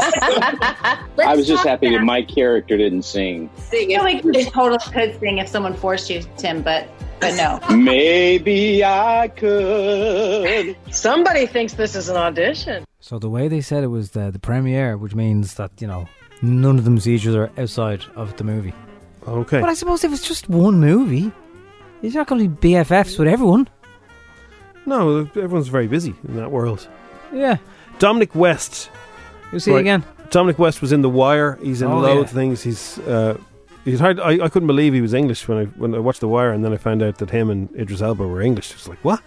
Speaker 17: I was just happy that my character didn't sing.
Speaker 14: I feel like you totally could sing if someone forced you, Tim, but but no.
Speaker 17: Maybe I could.
Speaker 12: Somebody thinks this is an audition.
Speaker 3: So the way they said it was the, the premiere, which means that you know none of them see each other outside of the movie.
Speaker 4: okay
Speaker 3: But I suppose if it's just one movie, you're not going to be BFFs with everyone.
Speaker 4: no everyone's very busy in that world
Speaker 3: Yeah.
Speaker 4: Dominic West
Speaker 3: You'll see
Speaker 4: Right.
Speaker 3: again.
Speaker 4: Dominic West was in The Wire. He's in
Speaker 3: Oh,
Speaker 4: loads
Speaker 3: yeah.
Speaker 4: of things. He's uh, he's hard. I, I couldn't believe he was English when I when I watched The Wire, and then I found out that him and Idris Elba were English. It's like what?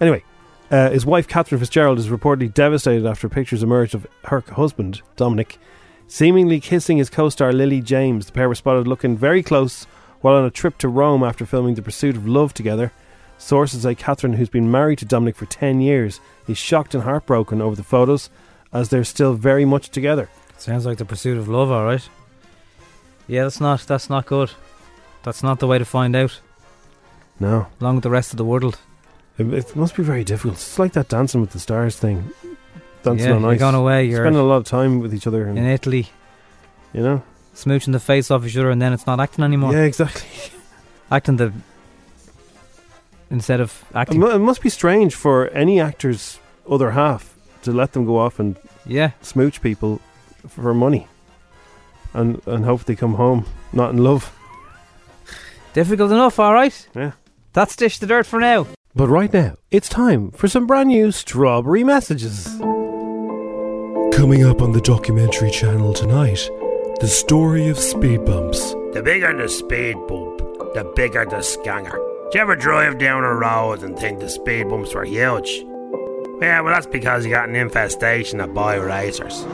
Speaker 4: Anyway, uh, his wife Catherine Fitzgerald is reportedly devastated after pictures emerged of her husband Dominic seemingly kissing his co-star Lily James. The pair were spotted looking very close while on a trip to Rome after filming The Pursuit of Love together. Sources say Catherine, who's been married to Dominic for 10 years, is shocked and heartbroken over the photos as they're still very much together.
Speaker 3: Sounds like the pursuit of love, all right. Yeah, that's not that's not good. That's not the way to find out.
Speaker 4: No.
Speaker 3: Along with the rest of the world.
Speaker 4: It, it must be very difficult. It's like that Dancing with the Stars thing. Dancing
Speaker 3: Yeah,
Speaker 4: on
Speaker 3: you're
Speaker 4: ice.
Speaker 3: gone away, you're-
Speaker 4: spending a lot of time with each other, and
Speaker 3: In Italy,
Speaker 4: you know.
Speaker 3: smooching the face off each other, and then it's not acting anymore.
Speaker 4: Yeah, exactly.
Speaker 3: Acting the instead of
Speaker 4: It,
Speaker 3: acting.
Speaker 4: mu- it must be strange for any actor's other half to let them go off and
Speaker 3: yeah
Speaker 4: smooch people for money, and and hope they come home not in love.
Speaker 3: Difficult enough, all right.
Speaker 4: Yeah.
Speaker 3: That's dish the dirt for now.
Speaker 4: But right now, it's time for some brand new strawberry messages.
Speaker 18: Coming up on the documentary channel tonight, the story of speed bumps.
Speaker 19: The bigger the speed bump, the bigger the scanger. Do you ever drive down a road and think the speed bumps were huge? Yeah, well, that's because you got an infestation of boy racers.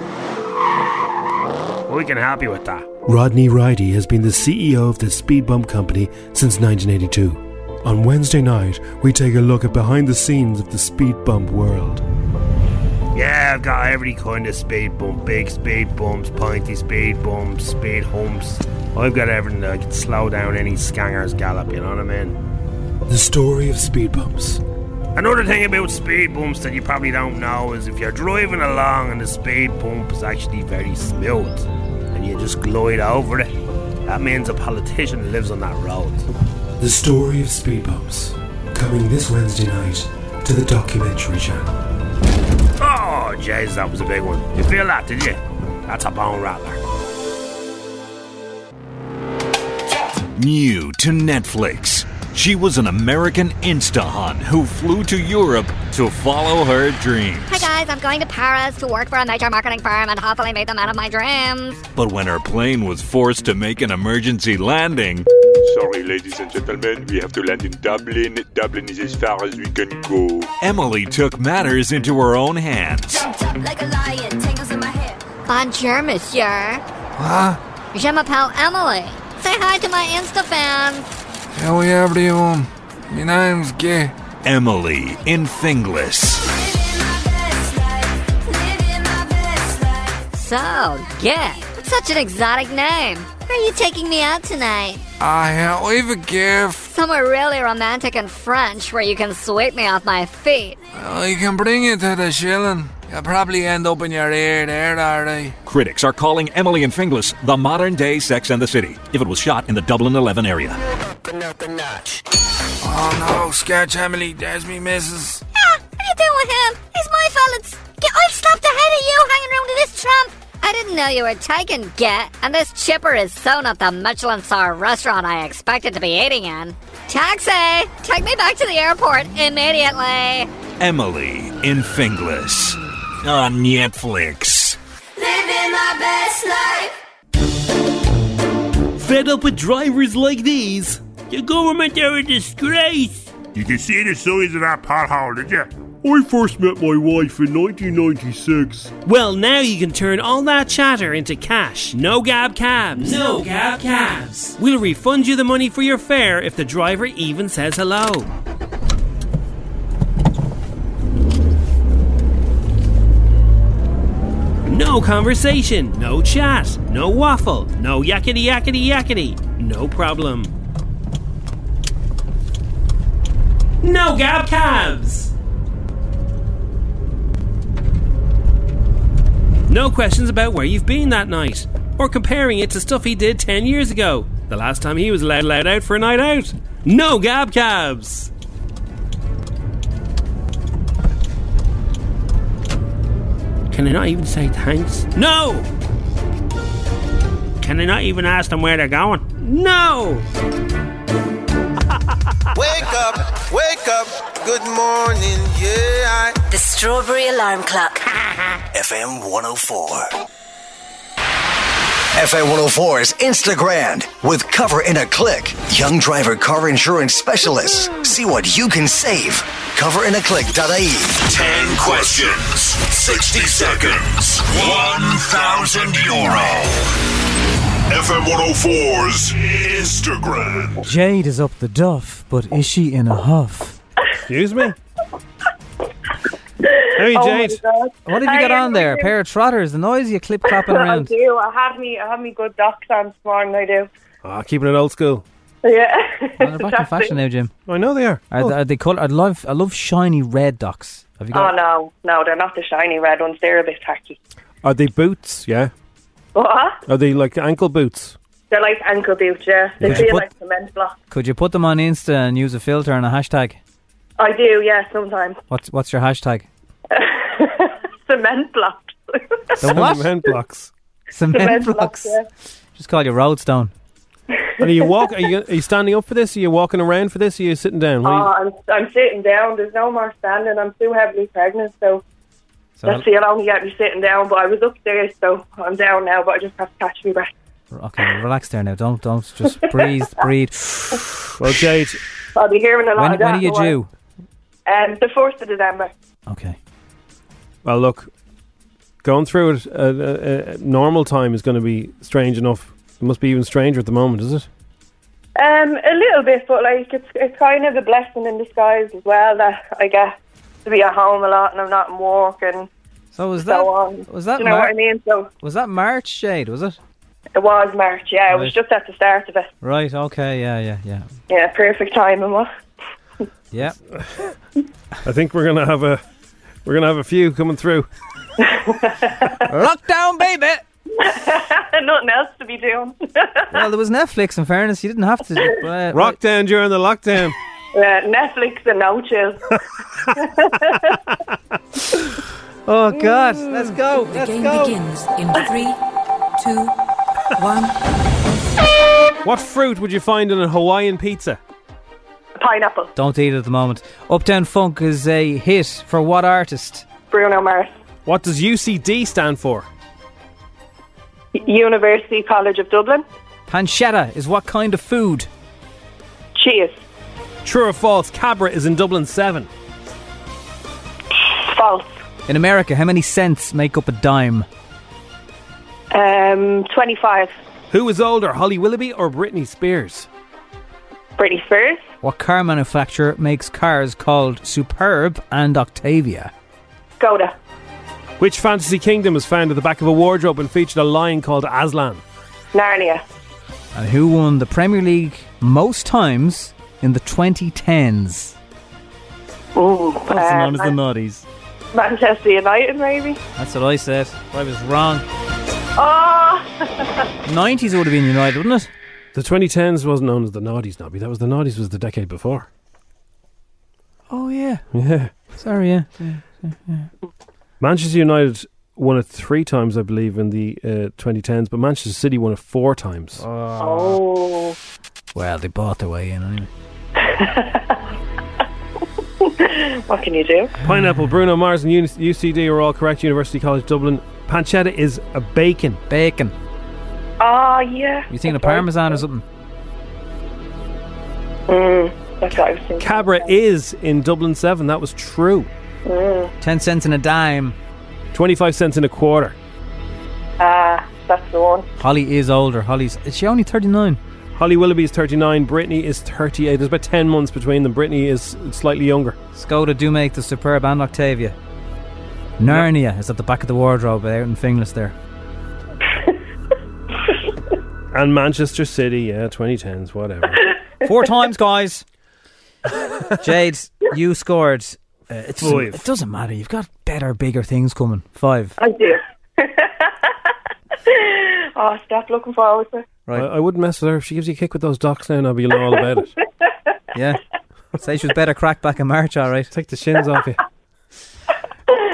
Speaker 19: We can help you with that.
Speaker 18: Rodney Ridey has been the CEO of the Speed Bump Company since 1982. On Wednesday night, we take a look at behind the scenes of the speed bump world.
Speaker 19: Yeah, I've got every kind of speed bump big speed bumps, pointy speed bumps, speed humps. I've got everything that I can slow down any scanger's gallop, you know what I mean?
Speaker 18: The story of speed bumps.
Speaker 19: Another thing about speed bumps that you probably don't know is if you're driving along and the speed bump is actually very smooth and you just glide over it, that means a politician lives on that road.
Speaker 18: The story of speed bumps. Coming this Wednesday night to the documentary channel.
Speaker 19: Oh, jeez, that was a big one. You feel that, did you? That's a bone rattler.
Speaker 20: New to Netflix. She was an American Instahun who flew to Europe to follow her dream.
Speaker 21: Hi guys, I'm going to Paris to work for a nature marketing firm and hopefully make them out of my dreams.
Speaker 20: But when her plane was forced to make an emergency landing,
Speaker 22: Sorry, ladies and gentlemen, we have to land in Dublin. Dublin is as far as we can go.
Speaker 20: Emily took matters into her own hands.
Speaker 21: Like a lion, tingles in my head. Bonjour, monsieur.
Speaker 23: Huh?
Speaker 21: Je m'appelle Emily. Say hi to my Insta fans.
Speaker 23: Hello everyone. My name's Gay.
Speaker 20: Emily in Finglas.
Speaker 21: So, yeah, that's such an exotic name. Where are you taking me out tonight?
Speaker 23: I have leave a gift.
Speaker 21: Somewhere really romantic and French where you can sweep me off my feet.
Speaker 23: Well, you can bring it to the shilling. You'll probably end up in your er ear there, Daddy.
Speaker 20: Critics are calling Emily in Finglas the modern day Sex and the City if it was shot in the Dublin 11 area.
Speaker 23: Oh no, sketch Emily, there's me missus.
Speaker 21: Ah, what are you doing with him? He's my fellas. Get, I've slapped the head of you hanging around with this tramp. I didn't know you were taken, Get, and this chipper is so not the Michelin star restaurant I expected to be eating in. Taxi! Take me back to the airport immediately!
Speaker 20: Emily in Finglas on Netflix.
Speaker 21: Living my best life!
Speaker 24: Fed up with drivers like these? The government are Oh, a disgrace.
Speaker 25: Did you see the size of that pothole, did you?
Speaker 24: I first met my wife in 1996. Well, now you can turn all that chatter into cash. No gab cabs.
Speaker 26: No gab cabs.
Speaker 24: We'll refund you the money for your fare if the driver even says hello. No conversation, no chat, no waffle, no yakety yakety yakety. No problem. No gab cabs. No questions about where you've been that night, or comparing it to stuff he did 10 years ago, the last time he was allowed, allowed out for a night out. No gab cabs! Can I not even say thanks? No! Can I not even ask them where they're going? No!
Speaker 27: Wake up, wake up, good morning, yeah.
Speaker 28: The Strawberry Alarm Clock.
Speaker 5: FM 104. FM 104's Instagram with cover in a click. Young driver car insurance specialists. See what you can save. Coverinaclick.ie.
Speaker 29: 10 questions, 60 seconds, 1,000 euro. FM 104's Instagram.
Speaker 3: Jade is up the duff, but is she in a huff?
Speaker 4: Excuse me?
Speaker 12: Oh
Speaker 4: Hey, Jade.
Speaker 3: What have you
Speaker 4: Hi,
Speaker 3: got on there? A
Speaker 4: everything.
Speaker 3: pair of trotters, the noise you clip clapping
Speaker 4: I
Speaker 12: I
Speaker 3: around.
Speaker 12: do. I have me. I have me good docs on this morning. I do.
Speaker 4: Ah, keeping it old school.
Speaker 12: Yeah.
Speaker 3: They're back in fashion now, Jim.
Speaker 4: I know they are.
Speaker 3: Are,
Speaker 4: Oh.
Speaker 3: th- are they colour? I love, I love shiny red docks. Have you
Speaker 12: Oh
Speaker 3: got?
Speaker 12: no, no, they're not the shiny red ones. They're a bit tacky.
Speaker 4: Are they boots? Yeah.
Speaker 12: What?
Speaker 4: Are they like ankle boots?
Speaker 12: They're like ankle boots. Yeah, they
Speaker 3: Yeah.
Speaker 12: feel
Speaker 3: What-
Speaker 12: like cement blocks.
Speaker 3: Could you put them on Insta and use a filter and a hashtag?
Speaker 12: I do. Yeah, sometimes
Speaker 3: What's what's your hashtag?
Speaker 12: cement blocks.
Speaker 3: The what?
Speaker 4: Cement blocks.
Speaker 3: Cement, blocks. Just call you Roadstone.
Speaker 4: And are you walk? Are you, are you standing up for this? Are you walking around for this? Are you sitting down? What
Speaker 12: Oh,
Speaker 4: are you-
Speaker 12: I'm, I'm sitting down. There's no more standing. I'm too heavily pregnant, so,
Speaker 4: So-
Speaker 12: that's the only get me sitting down. But I was upstairs, so I'm down now. But I just have to catch my breath.
Speaker 3: Okay, relax there now. Don't don't just breathe, breathe.
Speaker 4: Well, Jade,
Speaker 12: I'll be hearing a lot
Speaker 3: when,
Speaker 12: of
Speaker 3: when
Speaker 12: that.
Speaker 3: are you
Speaker 12: otherwise.
Speaker 3: due?
Speaker 12: Um, the first of December.
Speaker 4: Well, look, going through it at uh, uh, normal time is going to be strange enough. It must be even stranger at the moment, is it?
Speaker 12: Um, a little bit, but like it's it's kind of a blessing in disguise as well that I get to be at home a lot and I'm not in work and
Speaker 3: So Oh, was
Speaker 12: so
Speaker 3: that
Speaker 12: on.
Speaker 3: was that
Speaker 12: Do you know
Speaker 3: Mar-
Speaker 12: what I mean? So
Speaker 3: was that March Shade? Was it
Speaker 12: it was March. Yeah, it was
Speaker 3: Right.
Speaker 12: just at the start of it.
Speaker 3: right? Okay, yeah, yeah, yeah,
Speaker 12: Yeah, perfect time and what.
Speaker 3: yeah.
Speaker 4: I think we're gonna have a we're gonna have a few coming through.
Speaker 3: Lockdown, baby.
Speaker 12: Nothing else to be doing.
Speaker 3: well, there was Netflix. In fairness, you didn't have to. Uh,
Speaker 4: Rockdown during the lockdown.
Speaker 12: Yeah, Uh, Netflix and no chill.
Speaker 3: Oh God, let's go. Let's go.
Speaker 1: in three, two, one.
Speaker 4: What fruit would you find in a Hawaiian pizza?
Speaker 12: Pineapple.
Speaker 3: Don't eat it at the moment. Uptown Funk is a hit for what artist?
Speaker 12: Bruno Mars.
Speaker 4: What does UCD stand for?
Speaker 12: University College of Dublin.
Speaker 3: Pancetta is what kind of food?
Speaker 12: Cheers.
Speaker 4: True or false? Cabra is in Dublin Seven.
Speaker 12: False.
Speaker 3: In America, how many cents make up a dime?
Speaker 12: Um, 25.
Speaker 4: Who is older, Holly Willoughby or Britney Spears?
Speaker 12: Britney Spears.
Speaker 3: What car manufacturer makes cars called Superb and Octavia?
Speaker 12: Skoda.
Speaker 4: Which fantasy kingdom was found at the back of a wardrobe and featured a lion called Aslan?
Speaker 12: Narnia.
Speaker 3: And who won the Premier League most times in the 2010s?
Speaker 12: Ooh.
Speaker 3: Also
Speaker 12: uh,
Speaker 3: known as the
Speaker 12: Man-
Speaker 3: Noddies.
Speaker 12: Manchester United, maybe.
Speaker 3: That's what I said. I was wrong.
Speaker 12: Oh!
Speaker 3: 90s would have been United, wouldn't it?
Speaker 4: The 2010s wasn't known as the Naughties, Nobby. That was the Naughties was the decade before.
Speaker 3: Oh, yeah.
Speaker 4: Yeah.
Speaker 3: Sorry, yeah. yeah, yeah, yeah.
Speaker 4: Manchester United won it three times, I believe, in the uh, 2010s, but Manchester City won it four times.
Speaker 12: Oh.
Speaker 3: Well, they bought their way in anyway.
Speaker 12: What can you do?
Speaker 4: Pineapple, Bruno Mars, and Uni- UCD are all correct. University College Dublin. Pancetta is a bacon.
Speaker 3: Bacon.
Speaker 12: Oh, yeah.
Speaker 3: You thinking of Parmesan or something?
Speaker 12: Mm, that's what I was thinking.
Speaker 4: Cabra is in Dublin 7. That was true.
Speaker 12: Mm,
Speaker 3: 10 cents in a dime.
Speaker 4: 25 cents in a quarter.
Speaker 12: ah, that's the one.
Speaker 3: Holly is older. Holly's. Is she only 39?
Speaker 4: Holly Willoughby is 39. Brittany is 38. There's about 10 months between them. Brittany is slightly younger.
Speaker 3: Skoda do make the superb and Octavia. Narnia is at the back of the wardrobe out in Finglas there.
Speaker 4: And Manchester City, yeah, 2010s, whatever.
Speaker 3: Four times, guys. Jade, you scored. Uh, it, doesn't,
Speaker 4: Five.
Speaker 3: it doesn't matter. You've got better, bigger things coming. Five.
Speaker 12: I do. oh, stop looking forward to it.
Speaker 3: Right.
Speaker 4: I, I wouldn't mess with her. If she gives you a kick with those docks now, Nobby, you'll know all about it.
Speaker 3: Yeah. Say she was better crack back in March, all right.
Speaker 4: Take the shins off you.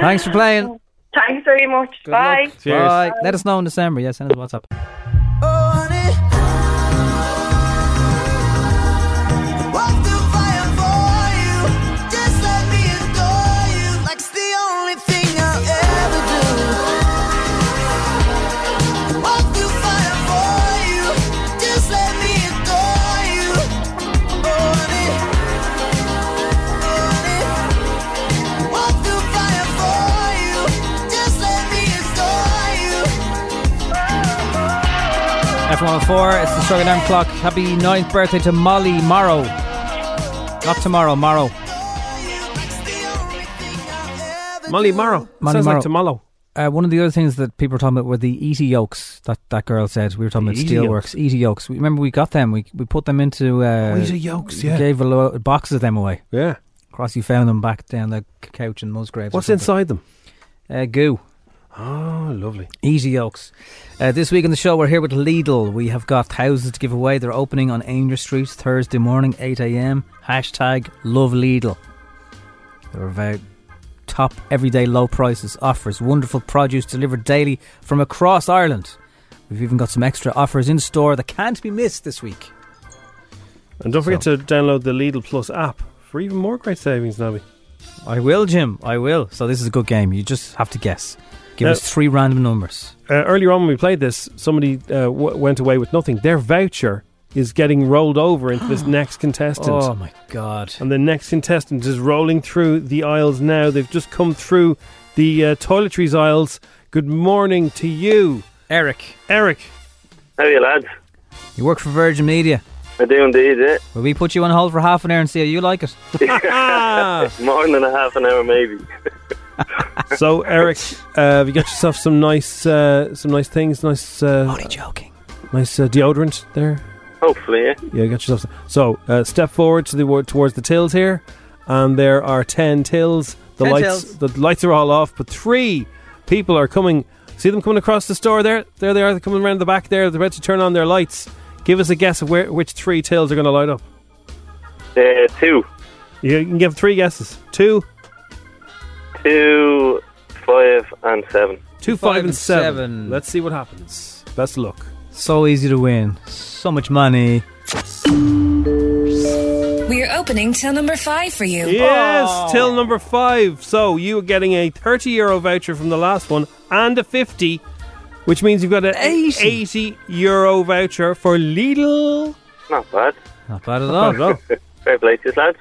Speaker 3: Thanks for playing.
Speaker 12: Thanks very much. Bye.
Speaker 4: Cheers.
Speaker 3: Bye. Let us know in December. Yeah, send us a WhatsApp. F104, it's the Struggle Alarm Clock. Happy ninth birthday to Molly Morrow. Not tomorrow, Morrow.
Speaker 4: Molly Morrow.
Speaker 3: Molly
Speaker 4: Sounds
Speaker 3: Morrow.
Speaker 4: like tomorrow.
Speaker 3: Uh, one of the other things that people were talking about were the eaty yolks that that girl said. We were talking
Speaker 4: The
Speaker 3: about
Speaker 4: Eaty
Speaker 3: steelworks, eaty yolks. We, remember, we got them. We we put them into. Uh,
Speaker 4: Oh, Eaty yolks,
Speaker 3: we
Speaker 4: yeah.
Speaker 3: Gave a lo- box of them away.
Speaker 4: Yeah.
Speaker 3: Crossy found them back down the c- couch in Musgraves. or
Speaker 4: What's
Speaker 3: something.
Speaker 4: inside them?
Speaker 3: Uh, goo.
Speaker 4: Oh, lovely.
Speaker 3: Easy yolks. Uh, this week on the show, we're here with Lidl. We have got houses to give away. They're opening on Ainger Street Thursday morning, 8 a.m. Hashtag love Lidl. They're about top everyday low prices, offers, wonderful produce delivered daily from across Ireland. We've even got some extra offers in store that can't be missed this week.
Speaker 4: And don't forget to download the Lidl Plus app for even more great savings, Nobby.
Speaker 3: I will, Jim. I will. So this is a good game. You just have to guess. Give
Speaker 4: Now-
Speaker 3: us three random numbers.
Speaker 4: Uh, earlier on when we played this, somebody uh, w- went away with nothing. Their voucher is getting rolled over into this next contestant.
Speaker 3: Oh my god.
Speaker 4: And the next contestant is rolling through the aisles now. They've just come through the uh, toiletries aisles. Good morning to you,
Speaker 3: Eric.
Speaker 4: Eric.
Speaker 9: How are you, lads?
Speaker 3: You work for Virgin Media.
Speaker 9: I do indeed, eh?
Speaker 3: Will we put you on hold for half an hour and see how you like it?
Speaker 9: More than a half an hour, maybe.
Speaker 4: so Eric, uh, have you got yourself some nice, uh, some nice things? Nice. Uh, Only
Speaker 3: joking.
Speaker 4: Nice uh, deodorant there.
Speaker 9: Hopefully, yeah.
Speaker 4: Yeah, you got yourself. Some. So uh, step forward to the wo- towards the tills here, and there are ten tills. The
Speaker 3: 10
Speaker 4: lights,
Speaker 3: tills.
Speaker 4: the lights are all off, but three people are coming. See them coming across the store there. There they are. They're coming around the back there. They're about to turn on their lights. Give us a guess of where, which three tills are going to light up.
Speaker 9: Uh, two,
Speaker 4: You can give three guesses. Two,
Speaker 9: two, five, and seven.
Speaker 4: two, five, and 7 seven. Let's see what happens. Best of luck.
Speaker 3: So easy to win. So much money.
Speaker 2: We're opening till number five for you.
Speaker 4: Yes, till number five. So you are getting a 30 euro voucher from the last one and a 50, which means you've got an 80, euro voucher for Lidl.
Speaker 9: Not bad.
Speaker 3: Not bad at
Speaker 4: Not
Speaker 3: all.
Speaker 4: bad at
Speaker 9: Fair play to you, lads.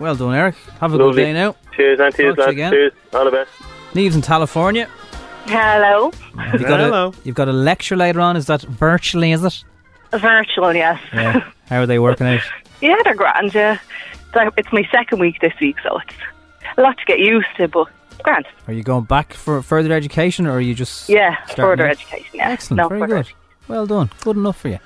Speaker 3: Well done, Eric. Have a
Speaker 9: Lovely.
Speaker 3: good day now.
Speaker 9: Cheers, and to you,
Speaker 3: Talk to you
Speaker 9: lads.
Speaker 3: again.
Speaker 9: Cheers. All the best.
Speaker 3: Neves in California.
Speaker 6: Hello.
Speaker 3: You've got
Speaker 6: Hello.
Speaker 3: A, you've got a lecture later on. Is that virtually? Is it?
Speaker 6: Virtual, yes.
Speaker 3: Yeah. How are they working out?
Speaker 6: Yeah, they're grand. Yeah. So It's my second week this week, so it's a lot to get used to, but grand.
Speaker 3: Are you going back for further education, or are you just
Speaker 6: Yeah,
Speaker 3: starting
Speaker 6: further
Speaker 3: out?
Speaker 6: education. Yeah.
Speaker 3: Excellent.
Speaker 6: No,
Speaker 3: Very
Speaker 6: further
Speaker 3: good. Well done. Good enough for you.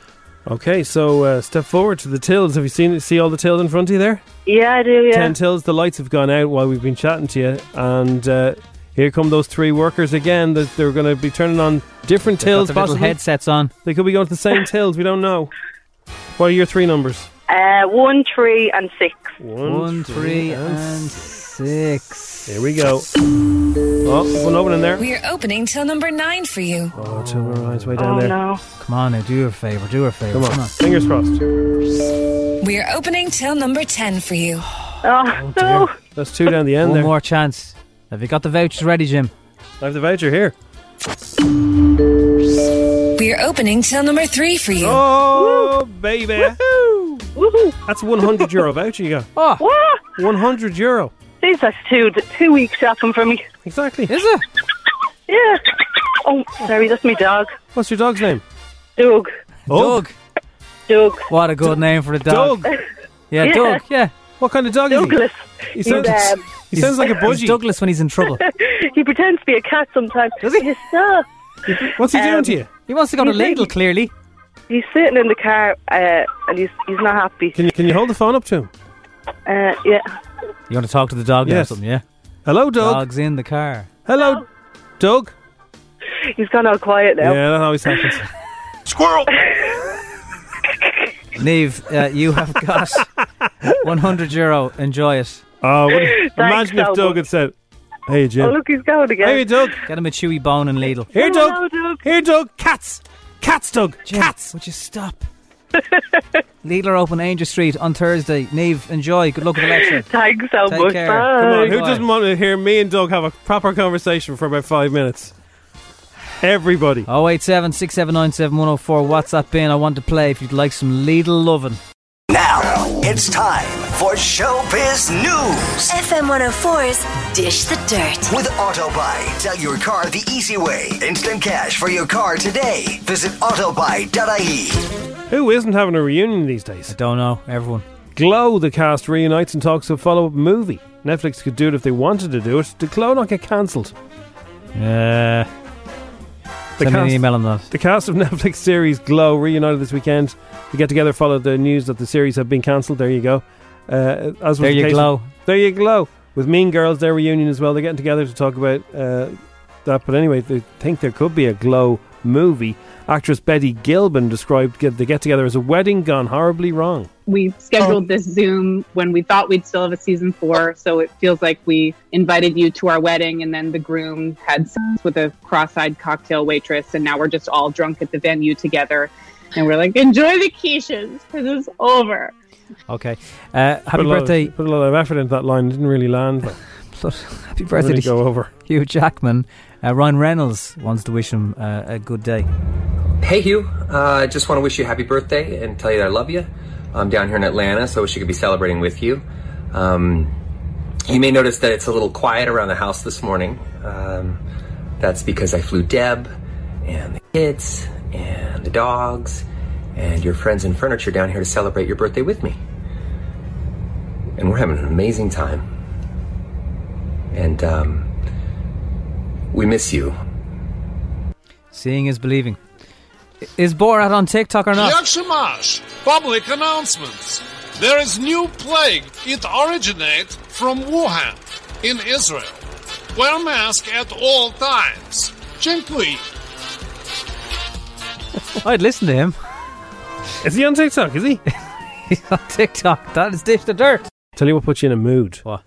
Speaker 4: Okay, so uh, step forward to the tills. Have you seen see all the tills in front of you there?
Speaker 6: Yeah, I do, yeah.
Speaker 4: 10 tills. The lights have gone out while we've been chatting to you. And uh, here come those three workers again. That They're going to be turning on different
Speaker 3: They've got
Speaker 4: tills,
Speaker 3: their little
Speaker 4: possibly.
Speaker 3: headsets on.
Speaker 4: They could be going to the same tills. We don't know. What are your three numbers?
Speaker 6: Uh, one, three, and six.
Speaker 4: One,
Speaker 3: three, and six.
Speaker 4: Here we go. Oh, there's one opening there.
Speaker 2: We're opening till number nine for you.
Speaker 4: Oh, till we're on its way down there.
Speaker 3: Come on now, do her a favour, do her a favour.
Speaker 4: Come on.
Speaker 3: Come on.
Speaker 4: Fingers crossed.
Speaker 2: We're opening till number ten for you.
Speaker 6: Oh, no.
Speaker 4: That's two down the end
Speaker 3: One
Speaker 4: there.
Speaker 3: more chance. Have you got the vouchers ready, Jim?
Speaker 4: I have the voucher here.
Speaker 2: We're opening till number three for you.
Speaker 4: Oh, baby. Woohoo! That's 100 euro voucher you got.
Speaker 3: Oh.
Speaker 6: What?
Speaker 4: 100 euro.
Speaker 6: Jeez, that's two, two weeks shopping for me.
Speaker 4: Exactly.
Speaker 3: Is it?
Speaker 6: yeah. Oh, sorry, that's my dog.
Speaker 4: What's your dog's name? Oh.
Speaker 6: Doug.
Speaker 3: Doug.
Speaker 6: Doug.
Speaker 3: What a good name for a dog.
Speaker 4: Doug.
Speaker 3: Yeah,
Speaker 6: Yeah.
Speaker 3: Doug. Yeah.
Speaker 4: What kind of Oh, dog
Speaker 6: Douglas.
Speaker 4: is he? He sounds,
Speaker 6: He's, um,
Speaker 4: he sounds like a
Speaker 3: He's
Speaker 4: budgie.
Speaker 3: Douglas when he's in trouble.
Speaker 6: he pretends to be a cat sometimes. Does he? Yeah.
Speaker 4: What's he doing
Speaker 6: Um,
Speaker 4: to you?
Speaker 3: He wants to go to
Speaker 6: He's big.
Speaker 3: Lidl, clearly.
Speaker 6: He's sitting in the car uh, and he's he's not happy.
Speaker 4: Can you, can you hold the phone up to him?
Speaker 6: Uh, yeah.
Speaker 3: You want to talk to the dog now
Speaker 4: Yes.
Speaker 3: or something, yeah?
Speaker 4: Hello, Doug.
Speaker 3: Dog's in the car.
Speaker 4: Hello, Doug.
Speaker 6: He's gone all quiet now.
Speaker 4: Yeah, that always happens.
Speaker 29: Squirrel!
Speaker 3: Neve, uh, you have got 100 euro. Enjoy it.
Speaker 4: Oh, what-
Speaker 6: Thanks
Speaker 4: imagine if
Speaker 6: so
Speaker 4: Doug
Speaker 6: much.
Speaker 4: had said, Hey, Jim.
Speaker 6: Oh, look, he's going again.
Speaker 4: Hey, Doug.
Speaker 3: Get him a chewy bone and Lidl.
Speaker 4: Here,
Speaker 6: Hello,
Speaker 4: Doug.
Speaker 6: Doug.
Speaker 4: Here, Doug. Cats. Cats, Doug. Cats.
Speaker 3: Would you stop? Lidl are open Angel Street on Thursday. Neve, enjoy. Good luck with the lecture.
Speaker 6: Thanks so
Speaker 3: Take
Speaker 6: much.
Speaker 3: care.
Speaker 6: Bye.
Speaker 4: Come on, who
Speaker 3: Bye.
Speaker 4: doesn't want to hear me and Doug have a proper conversation for about five minutes? Everybody.
Speaker 3: 087 679 7104. WhatsApp in. I want to play if you'd like some Lidl loving.
Speaker 5: Now it's time for Showbiz News
Speaker 28: FM 104's Dish the Dirt.
Speaker 5: with Autobuy. Sell your car the easy way. Instant cash for your car today. Visit autobuy.ie.
Speaker 4: Who isn't having a reunion these days?
Speaker 3: I don't know. Everyone.
Speaker 4: Glow, the cast reunites and talks of follow up movie. Netflix could do it if they wanted to do it. Did Glow not get cancelled?
Speaker 3: Uh,
Speaker 4: The
Speaker 3: send me an
Speaker 4: cast-
Speaker 3: email on that.
Speaker 4: The cast of Netflix series Glow reunited this weekend. The get together followed the news that the series had been cancelled. There you go. Uh, as was
Speaker 3: There
Speaker 4: the
Speaker 3: you
Speaker 4: case-
Speaker 3: glow.
Speaker 4: There you glow. With Mean Girls, their reunion as well. They're getting together to talk about uh, that. But anyway, they think there could be a glow movie. Actress Betty Gilpin described get- the get together as a wedding gone horribly wrong.
Speaker 7: we scheduled this Zoom when we thought we'd still have a season four. So it feels like we invited you to our wedding, and then the groom had sex with a cross eyed cocktail waitress, and now we're just all drunk at the venue together. And we're like, enjoy the quiches because it's over.
Speaker 3: Okay. Uh,
Speaker 4: Put
Speaker 3: happy
Speaker 4: a lot of-
Speaker 3: birthday.
Speaker 4: put a lot of effort into that line. It didn't really land. But
Speaker 3: happy
Speaker 4: didn't
Speaker 3: birthday
Speaker 4: really
Speaker 3: to
Speaker 4: go over.
Speaker 3: Hugh Jackman. Uh, Ryan Reynolds wants to wish him uh, a good day.
Speaker 8: Hey, Hugh. I uh, just want to wish you a happy birthday and tell you that I love you. I'm down here in Atlanta, so I wish I could be celebrating with you. Um, you may notice that it's a little quiet around the house this morning. Um, that's because I flew Deb and the kids and the dogs and your friends and furniture down here to celebrate your birthday with me. And we're having an amazing time. And um, We miss you.
Speaker 3: Seeing is believing. I- Is Borat on TikTok or not?
Speaker 10: Yad Shamash, public announcements. There is new plague. It originates from Wuhan in Israel. Wear mask at all times. Simply.
Speaker 3: I'd listen to him.
Speaker 4: Is he on TikTok? Is he?
Speaker 3: He's on TikTok. That is Dish the Dirt.
Speaker 4: Tell you what puts you in a mood. What?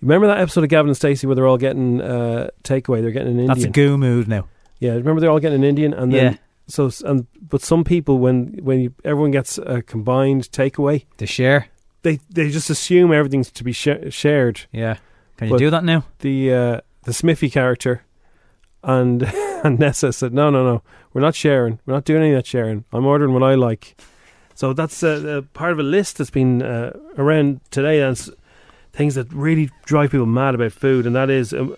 Speaker 4: Remember that episode of Gavin and Stacey where they're all getting uh, takeaway? They're getting an Indian.
Speaker 3: That's a goo mood now.
Speaker 4: Yeah, remember they're all getting an Indian, and then
Speaker 3: Yeah.
Speaker 4: so s- and but some people when when you, everyone gets a combined takeaway,
Speaker 3: they share.
Speaker 4: They they just assume everything's to be sh- shared.
Speaker 3: Yeah, can you do that now?
Speaker 4: The uh, the Smithy character and and Nessa said, no, no, no, we're not sharing. We're not doing any of that sharing. I'm ordering what I like. So that's uh, uh, part of a list that's been uh, around today. And it's things that really drive people mad about food, and that is um,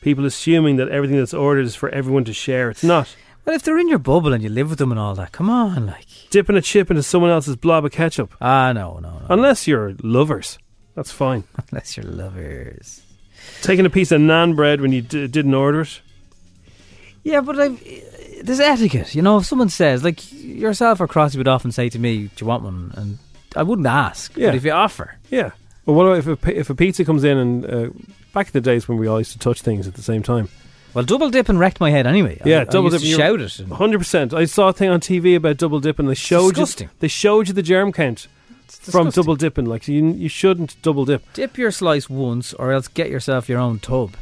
Speaker 4: people assuming that everything that's ordered is for everyone to share. It's not.
Speaker 3: Well, if they're in your bubble and you live with them and all that, come on, like
Speaker 4: dipping a chip into someone else's blob of ketchup.
Speaker 3: Ah, no, no, no.
Speaker 4: Unless you're lovers, that's fine.
Speaker 3: Unless you're lovers,
Speaker 4: taking a piece of naan bread when you d- didn't order it.
Speaker 3: Yeah, but I've, uh, there's etiquette. You know, if someone says, like yourself or Crossy would often say to me, "Do you want one?" and I wouldn't ask.
Speaker 4: Yeah.
Speaker 3: But if you offer,
Speaker 4: Yeah. Well, what about if a, pi- if a pizza comes in and uh, back in the days when we all used to touch things at the same time?
Speaker 3: Well, double dipping wrecked my head anyway. I-
Speaker 4: Yeah,
Speaker 3: I
Speaker 4: double
Speaker 3: used to
Speaker 4: dipping.
Speaker 3: shout it and-
Speaker 4: Hundred percent. I saw a thing on TV about double dipping. They showed
Speaker 3: disgusting.
Speaker 4: you. They showed you the germ count from double dipping. Like you, you shouldn't double dip.
Speaker 3: dip your slice once, or else get yourself your own tub.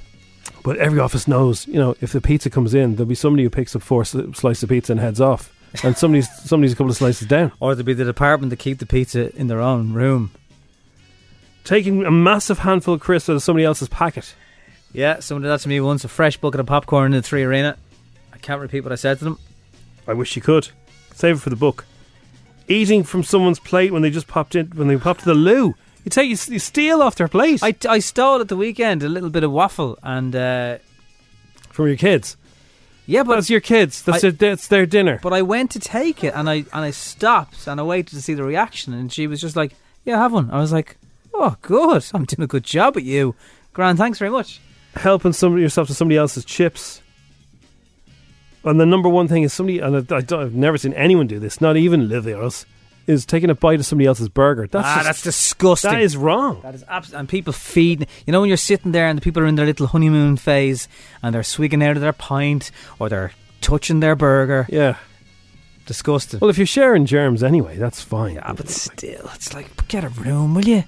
Speaker 4: But every office knows, you know, if the pizza comes in, there'll be somebody who picks up four s- slices of pizza and heads off, and somebody's somebody's a couple of slices down.
Speaker 3: Or there'd be the department that keep the pizza in their own room.
Speaker 4: Taking a massive handful of crisps out of somebody else's packet.
Speaker 3: Yeah, someone did that to me once. A fresh bucket of popcorn in the three arena. I can't repeat what I said to them.
Speaker 4: I wish you could. Save it for the book. Eating from someone's plate when they just popped in when they popped to the loo. You take you, s- you steal off their plate.
Speaker 3: I, I stole at the weekend a little bit of waffle and uh,
Speaker 4: from your kids.
Speaker 3: Yeah, but
Speaker 4: that's your kids. That's
Speaker 3: I-
Speaker 4: their, that's their dinner.
Speaker 3: But I went to take it and I and I stopped and I waited to see the reaction and she was just like, "Yeah, have one." I was like, "Oh, good. I'm doing a good job at you, Grant. Thanks very much."
Speaker 4: Helping somebody yourself to somebody else's chips. And the number one thing is somebody, and I, I don't, I've never seen anyone do this, not even Livios, is taking a bite of somebody else's burger. That's
Speaker 3: ah,
Speaker 4: just-
Speaker 3: that's disgusting.
Speaker 4: That is wrong.
Speaker 3: That is abs- and people feed. You know, when you're sitting there and the people are in their little honeymoon phase and they're swigging out of their pint or they're touching their burger.
Speaker 4: Yeah,
Speaker 3: disgusting.
Speaker 4: Well, if you're sharing germs anyway, that's fine. Yeah,
Speaker 3: Ah. but still, it's like get a room, will you?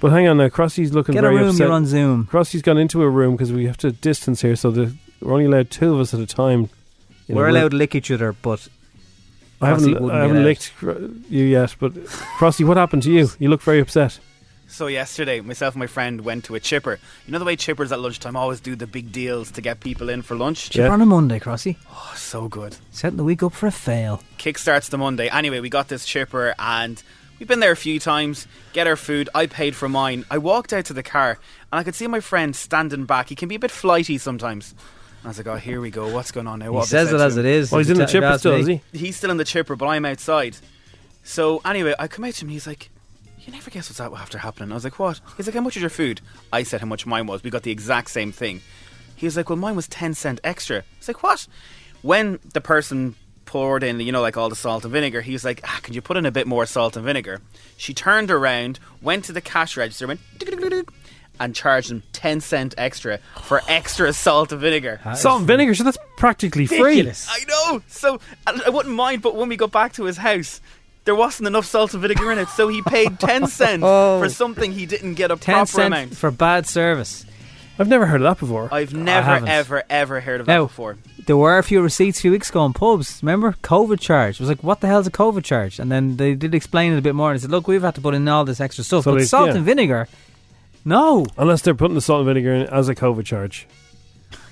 Speaker 4: But hang on now, Crossy's looking
Speaker 3: Get a
Speaker 4: very
Speaker 3: room,
Speaker 4: upset.
Speaker 3: you're on Zoom.
Speaker 4: Crossy's gone into a room because we have to distance here, so the, we're only allowed two of us at a time. in a
Speaker 3: We're
Speaker 4: room.
Speaker 3: allowed to lick each other, but
Speaker 4: I
Speaker 3: Crossy
Speaker 4: haven't,
Speaker 3: wouldn't
Speaker 4: I
Speaker 3: be
Speaker 4: haven't
Speaker 3: allowed.
Speaker 4: licked Cro- you yet, but Crossy, what happened to you? You look very upset.
Speaker 11: So yesterday, myself and my friend went to a chipper. You know the way chippers at lunchtime always do the big deals to get people in for lunch.
Speaker 3: chipper on a Monday, Crossy.
Speaker 11: Oh, so good.
Speaker 3: Setting the week up for a fail.
Speaker 11: Kickstarts the Monday. Anyway, we got this chipper and we've been there a few times. Get our food. I paid for mine. I walked out to the car and I could see my friend standing back. He can be a bit flighty sometimes. I was like, oh, here we go. What's going on now?
Speaker 3: He
Speaker 11: What have they
Speaker 3: says
Speaker 11: said
Speaker 3: it
Speaker 11: to
Speaker 3: as
Speaker 11: him?"
Speaker 3: it is. Oh, he's in the If you chipper ask still, me. is he?
Speaker 11: He's still in the chipper, but I'm outside. So anyway, I come out to him. and He's like, "You never guess what's out after happening." I was like, "What?" He's like, "How much is your food?" I said how much mine was. We got the exact same thing. He was like, "Well, mine was ten cent extra." I was like, "What?" When the person poured in, you know, like all the salt and vinegar, he was like, "Ah, can you put in a bit more salt and vinegar?" She turned around, went to the cash register, went. "Duk-duk-duk-duk," And charged him ten cent extra for extra salt and vinegar.
Speaker 4: Salt and vinegar, so that's practically free.
Speaker 11: Ridiculous. I know. So I, I wouldn't mind, but when we got back to his house, there wasn't enough salt and vinegar in it, so he paid ten cent for something he didn't get a
Speaker 3: Oh. Ten
Speaker 11: proper
Speaker 3: cent
Speaker 11: amount.
Speaker 3: for bad service.
Speaker 4: I've never heard of that before.
Speaker 11: I've never,
Speaker 3: haven't.
Speaker 11: ever, ever heard of that
Speaker 3: Now,
Speaker 11: before.
Speaker 3: there were a few receipts a few weeks ago in pubs. Remember? COVID charge. It was like, what the hell's a COVID charge? And then they did explain it a bit more and they said, look, we've had to put in all this extra stuff.
Speaker 4: So
Speaker 3: but
Speaker 4: they-
Speaker 3: salt
Speaker 4: yeah.
Speaker 3: and vinegar, no.
Speaker 4: Unless they're putting the salt and vinegar in as a COVID charge.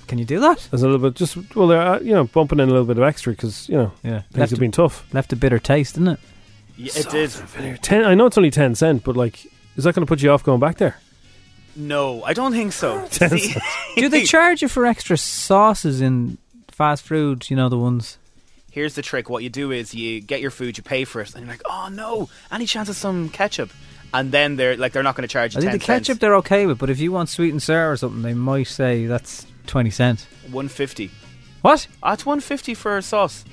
Speaker 3: Can you do that?
Speaker 4: As a little bit, just well, they're uh, you know bumping in a little bit of extra because you know
Speaker 3: Yeah.
Speaker 4: things
Speaker 3: Left a-
Speaker 4: have been tough.
Speaker 3: Left a bitter taste, didn't it?
Speaker 11: Yeah, it did.
Speaker 4: Ten, I know it's only ten cent, but like, is that going to put you off going back there?
Speaker 11: No, I don't think so. See,
Speaker 3: do they charge you for extra sauces in fast food? You know, the ones.
Speaker 11: here's the trick. What you do is you get your food, you pay for it, and you're like, oh no, any chance of some ketchup? And then they're like, they're not going to charge you
Speaker 3: I think
Speaker 11: ten
Speaker 3: the ketchup
Speaker 11: cents.
Speaker 3: they're okay with, but if you want sweet and sour or something, they might say that's 20 cent.
Speaker 11: 150.
Speaker 3: What?
Speaker 11: That's 150 for a sauce.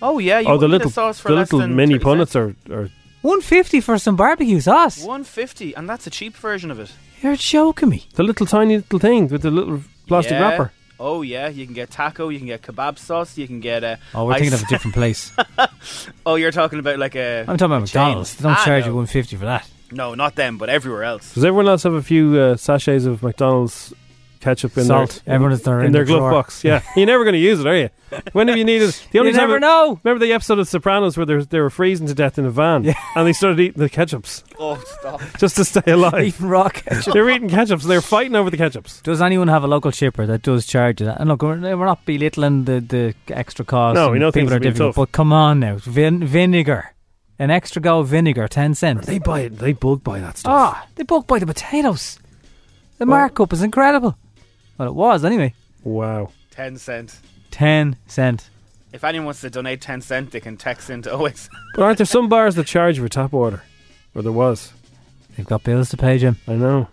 Speaker 11: Oh, yeah. You
Speaker 4: oh, the
Speaker 11: wouldn't get
Speaker 4: little,
Speaker 11: a sauce for
Speaker 4: the
Speaker 11: less
Speaker 4: little
Speaker 11: than
Speaker 4: mini punnets are, are
Speaker 3: 150 for some barbecue sauce.
Speaker 11: 150, and that's a cheap version of it.
Speaker 3: You're joking me.
Speaker 4: the little tiny little thing with the little plastic
Speaker 11: Yeah.
Speaker 4: wrapper.
Speaker 11: Oh, yeah. You can get taco, you can get kebab sauce, you can get a.
Speaker 3: Oh, we're thinking of a different place.
Speaker 11: Oh, you're talking about like a.
Speaker 3: I'm talking about
Speaker 11: a chain.
Speaker 3: McDonald's. They don't
Speaker 11: Ah,
Speaker 3: charge
Speaker 11: no.
Speaker 3: you 150 for that.
Speaker 11: No, not them, but everywhere else.
Speaker 4: Does everyone else have a few uh, sachets of McDonald's ketchup in
Speaker 3: Salt.
Speaker 4: their
Speaker 3: Everyone has their-
Speaker 4: in,
Speaker 3: in
Speaker 4: their
Speaker 3: the
Speaker 4: glove
Speaker 3: drawer.
Speaker 4: box? Yeah, you're never going to use it, are you? When have you needed? The only
Speaker 3: You
Speaker 4: time
Speaker 3: never
Speaker 4: it-
Speaker 3: know.
Speaker 4: Remember the episode of Sopranos where they were- they were freezing to death in a van and they started eating the ketchups
Speaker 11: Oh, stop.
Speaker 4: just to stay alive.
Speaker 3: Eating raw ketchup.
Speaker 4: they were eating ketchups. They were fighting over the ketchups.
Speaker 3: Does anyone have a local shipper that does charge you that? And look, we're, we're not belittling the, the extra cost.
Speaker 4: No, we
Speaker 3: and
Speaker 4: know things
Speaker 3: people are
Speaker 4: have been
Speaker 3: difficult,
Speaker 4: tough.
Speaker 3: but come on now, Vin- vinegar, an extra go of vinegar, ten cents.
Speaker 4: They buy it. They bulk buy that stuff.
Speaker 3: Ah, they bulk buy the potatoes. The markup is incredible. Well, it was anyway.
Speaker 4: Wow,
Speaker 11: 10 cent.
Speaker 3: ten cent.
Speaker 11: If anyone wants to donate 10 cent, they can text oh into 08.
Speaker 4: But aren't there some bars that charge for tap water? Or there was.
Speaker 3: They've got bills to pay, Jim.
Speaker 4: I know.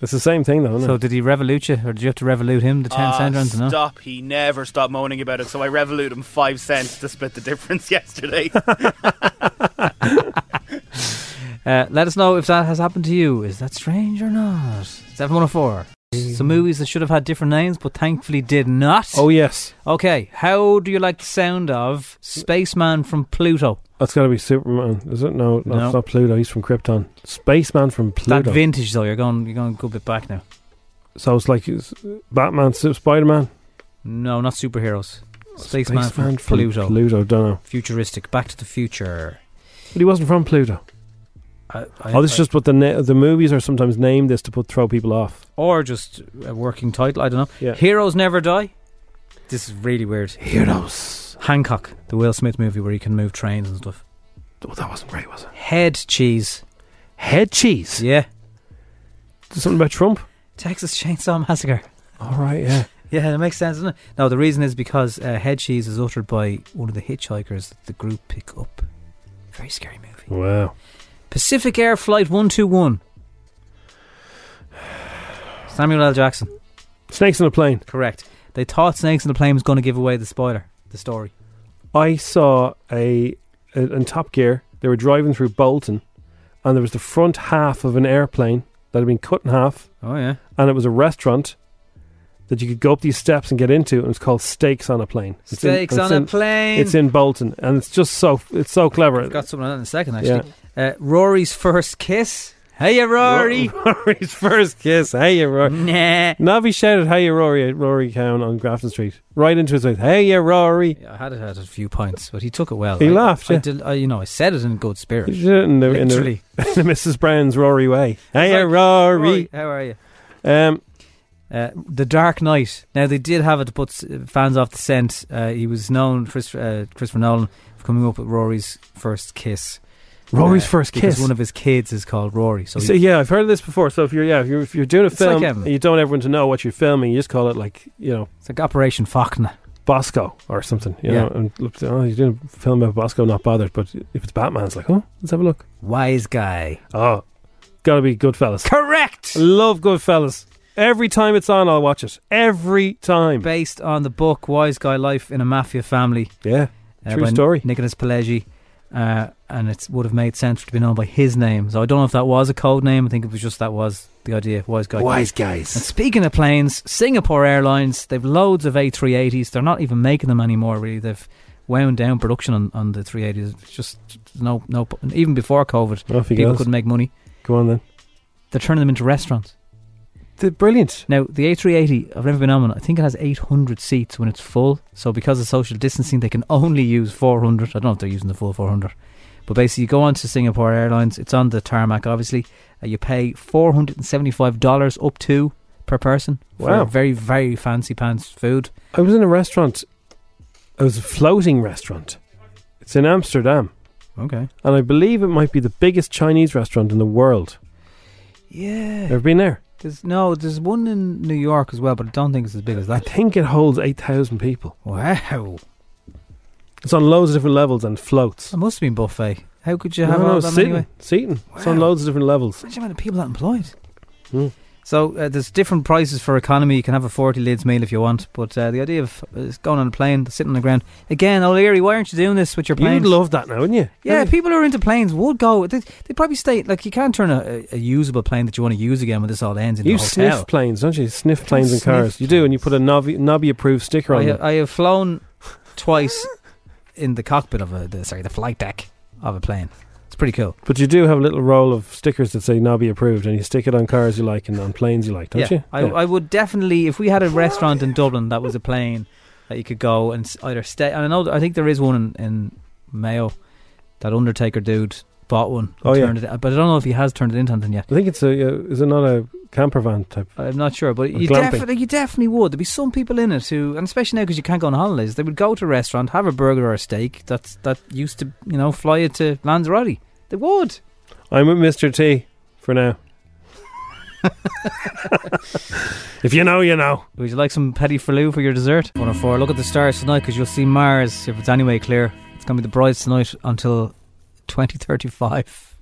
Speaker 4: It's the same thing, though, isn't
Speaker 3: So
Speaker 4: it?
Speaker 3: did he revolute you, or did you have to revolute him the ten
Speaker 11: Ah,
Speaker 3: cent rounds? No.
Speaker 11: Stop. He never stopped moaning about it, so I revolute him 5 cents to split the difference yesterday.
Speaker 3: Uh, let us know if that has happened to you. Is that strange or not? 7104. Some movies that should have had different names but thankfully did not.
Speaker 4: Oh, yes.
Speaker 3: Okay, how do you like the sound of Spaceman from Pluto?
Speaker 4: That's got to be Superman, is it? No, that's
Speaker 3: No.
Speaker 4: not Pluto. He's from Krypton. Spaceman from Pluto.
Speaker 3: That vintage though, you're going you're going a good bit back now.
Speaker 4: so it's like it's Batman, Spider Man,
Speaker 3: No, not superheroes. Spaceman, from, Pluto.
Speaker 4: Pluto, don't know.
Speaker 3: Futuristic, Back to the Future.
Speaker 4: But he wasn't from Pluto.
Speaker 3: I, I-
Speaker 4: oh, this
Speaker 3: I-
Speaker 4: is just what the na- the movies are sometimes named this to put throw people off.
Speaker 3: or just a working title. I don't know.
Speaker 4: Yeah.
Speaker 3: Heroes never die. This is really weird. Heroes. Hancock, the Will Smith movie where he can move trains and stuff.
Speaker 4: Oh, that wasn't great, was it?
Speaker 3: Head cheese.
Speaker 4: Head cheese.
Speaker 3: Yeah.
Speaker 4: Something about Trump.
Speaker 3: Texas Chainsaw Massacre.
Speaker 4: All right, yeah.
Speaker 3: Yeah, that makes sense, doesn't it? No, the reason is because uh, head cheese is uttered by one of the hitchhikers that the group pick up. Very scary movie.
Speaker 4: Wow.
Speaker 3: Pacific Air Flight 121. Samuel L. Jackson.
Speaker 4: Snakes on a plane.
Speaker 3: Correct. They thought Snakes in the Plane was going to give away the spoiler, the story.
Speaker 4: I saw a, a in Top Gear. They were driving through Bolton, and there was the front half of an airplane that had been cut in half,
Speaker 3: Oh, yeah.
Speaker 4: and it was a restaurant that you could go up these steps and get into, and it's called Steaks on a Plane. It's in-
Speaker 3: Steaks
Speaker 4: it's
Speaker 3: on a
Speaker 4: in-
Speaker 3: Plane.
Speaker 4: It's in Bolton, and it's just so it's so clever.
Speaker 3: I've got something on that in a second, actually. Uh, Rory's first kiss. Hey, Rory.
Speaker 4: Rory's first kiss. Hey, you Rory.
Speaker 3: Nah.
Speaker 4: Navi shouted, "Hey, you Rory!" at Rory Cowan on Grafton Street, right into his mouth. Hey, you Rory.
Speaker 3: I had it at a few points, but he took it well.
Speaker 4: He
Speaker 3: I-
Speaker 4: laughed,
Speaker 3: I
Speaker 4: yeah.
Speaker 3: did- I- you know, I said it in good spirit.
Speaker 4: He did it in the, in the,
Speaker 3: Literally.
Speaker 4: in the Mrs. Brown's Rory way. Hey,
Speaker 3: It's
Speaker 4: you
Speaker 3: like,
Speaker 4: Rory.
Speaker 3: how are you?
Speaker 4: Um,
Speaker 3: Uh, the Dark Knight. Now they did have it to put s- fans off the scent. Uh, he was known, Chris, uh, Christopher Nolan, for coming up with Rory's first kiss.
Speaker 4: Rory's
Speaker 3: Uh,
Speaker 4: first
Speaker 3: because
Speaker 4: kiss.
Speaker 3: One of his kids is called Rory. So,
Speaker 4: So,
Speaker 3: he-
Speaker 4: yeah, I've heard of this before. So if you're yeah, if you're, if you're doing a
Speaker 3: like,
Speaker 4: film
Speaker 3: um,
Speaker 4: and you don't want everyone to know what you're filming, you just call it like you know
Speaker 3: it's like Operation Faulkner.
Speaker 4: Bosco or something. You
Speaker 3: Yeah.
Speaker 4: know, and look, oh, you're doing a film about Bosco, not bothered. But if it's Batman, it's like, oh, let's have a look.
Speaker 3: Wise guy.
Speaker 4: Oh, gotta be Goodfellas.
Speaker 3: Correct.
Speaker 4: Love Goodfellas. Every time it's on, I'll watch it. Every time.
Speaker 3: Based on the book Wise Guy Life in a Mafia Family.
Speaker 4: yeah,
Speaker 3: uh,
Speaker 4: true
Speaker 3: by
Speaker 4: story.
Speaker 3: Nicholas Pileggi. Uh, and it would have made sense for it to be known by his name. So I don't know if that was a code name. I think it was just that was the idea. Wise guy.
Speaker 4: Wise guys.
Speaker 3: And speaking of planes, Singapore Airlines, they've loads of A380s. They're not even making them anymore, really. They've wound down production on, on the 380s. It's just no, no. Even before COVID,
Speaker 4: Off he
Speaker 3: people
Speaker 4: goes.
Speaker 3: couldn't make money.
Speaker 4: Go on then.
Speaker 3: They're turning them into restaurants.
Speaker 4: They're brilliant.
Speaker 3: Now, the A380, I've never been on one. I think it has 800 seats when it's full. So, because of social distancing, they can only use 400. I don't know if they're using the full 400. But basically, you go on to Singapore Airlines. It's on the tarmac, obviously. Uh, you pay $475 up to per person
Speaker 4: Wow.
Speaker 3: for very, very fancy pants food.
Speaker 4: I was in a restaurant. It was a floating restaurant. It's in Amsterdam,
Speaker 3: Okay.
Speaker 4: and I believe it might be the biggest Chinese restaurant in the world.
Speaker 3: Yeah.
Speaker 4: Ever been there?
Speaker 3: There's no, there's one in New York as well, but I don't think it's as big as
Speaker 4: I
Speaker 3: that.
Speaker 4: think it holds eight thousand people.
Speaker 3: Wow.
Speaker 4: It's on loads of different levels and floats.
Speaker 3: It must have been buffet. How could you have
Speaker 4: no,
Speaker 3: all
Speaker 4: no,
Speaker 3: that
Speaker 4: seating,
Speaker 3: anyway?
Speaker 4: seating. It's on
Speaker 3: Wow.
Speaker 4: loads of different levels.
Speaker 3: Imagine how many people that employed.
Speaker 4: Hmm.
Speaker 3: So uh, there's different prices for economy. You can have a 40 lids meal if you want, but uh, the idea of uh, going on a plane, sitting on the ground again, O'Leary, why aren't you doing this with your plane?
Speaker 4: You'd love that now, wouldn't you?
Speaker 3: Yeah, people who are into planes would go. They, they probably stay. Like you can't turn a, a, a usable plane that you want to use again when this all ends in
Speaker 4: You
Speaker 3: a hotel.
Speaker 4: sniff planes, don't you? Sniff planes and
Speaker 3: sniff Oh,
Speaker 4: cars. You do, and you put a nobby, nobby approved sticker on
Speaker 3: I,
Speaker 4: it.
Speaker 3: I have flown twice in the cockpit of a the, sorry the flight deck of a plane. It's pretty cool.
Speaker 4: But you do have a little roll of stickers that say nobby approved, and you stick it on cars you like and on planes you like, don't
Speaker 3: yeah,
Speaker 4: you?
Speaker 3: I, I would definitely if we had a restaurant in Dublin that was a plane that you could go and s- either stay. And I know I think there is one in, in Mayo. That Undertaker dude bought one. and
Speaker 4: Oh, yeah.
Speaker 3: turned it, but I don't know if he has turned it into anything yet.
Speaker 4: I think it's a, uh, is it not a camper van type?
Speaker 3: I'm not sure, but
Speaker 4: Or
Speaker 3: you
Speaker 4: glamping.
Speaker 3: definitely, you definitely would. There'd be some people in it who, and especially now because you can't go on holidays, they would go to a restaurant, have a burger or a steak. That's that used to, you know, fly you to Lanzarote. They would.
Speaker 4: I'm with Mr. T for now. if you know, you know.
Speaker 3: Would you like some petit falou for your dessert? 104. Look at the stars tonight because you'll see Mars if it's anyway clear. It's going to be the brightest tonight until 2035.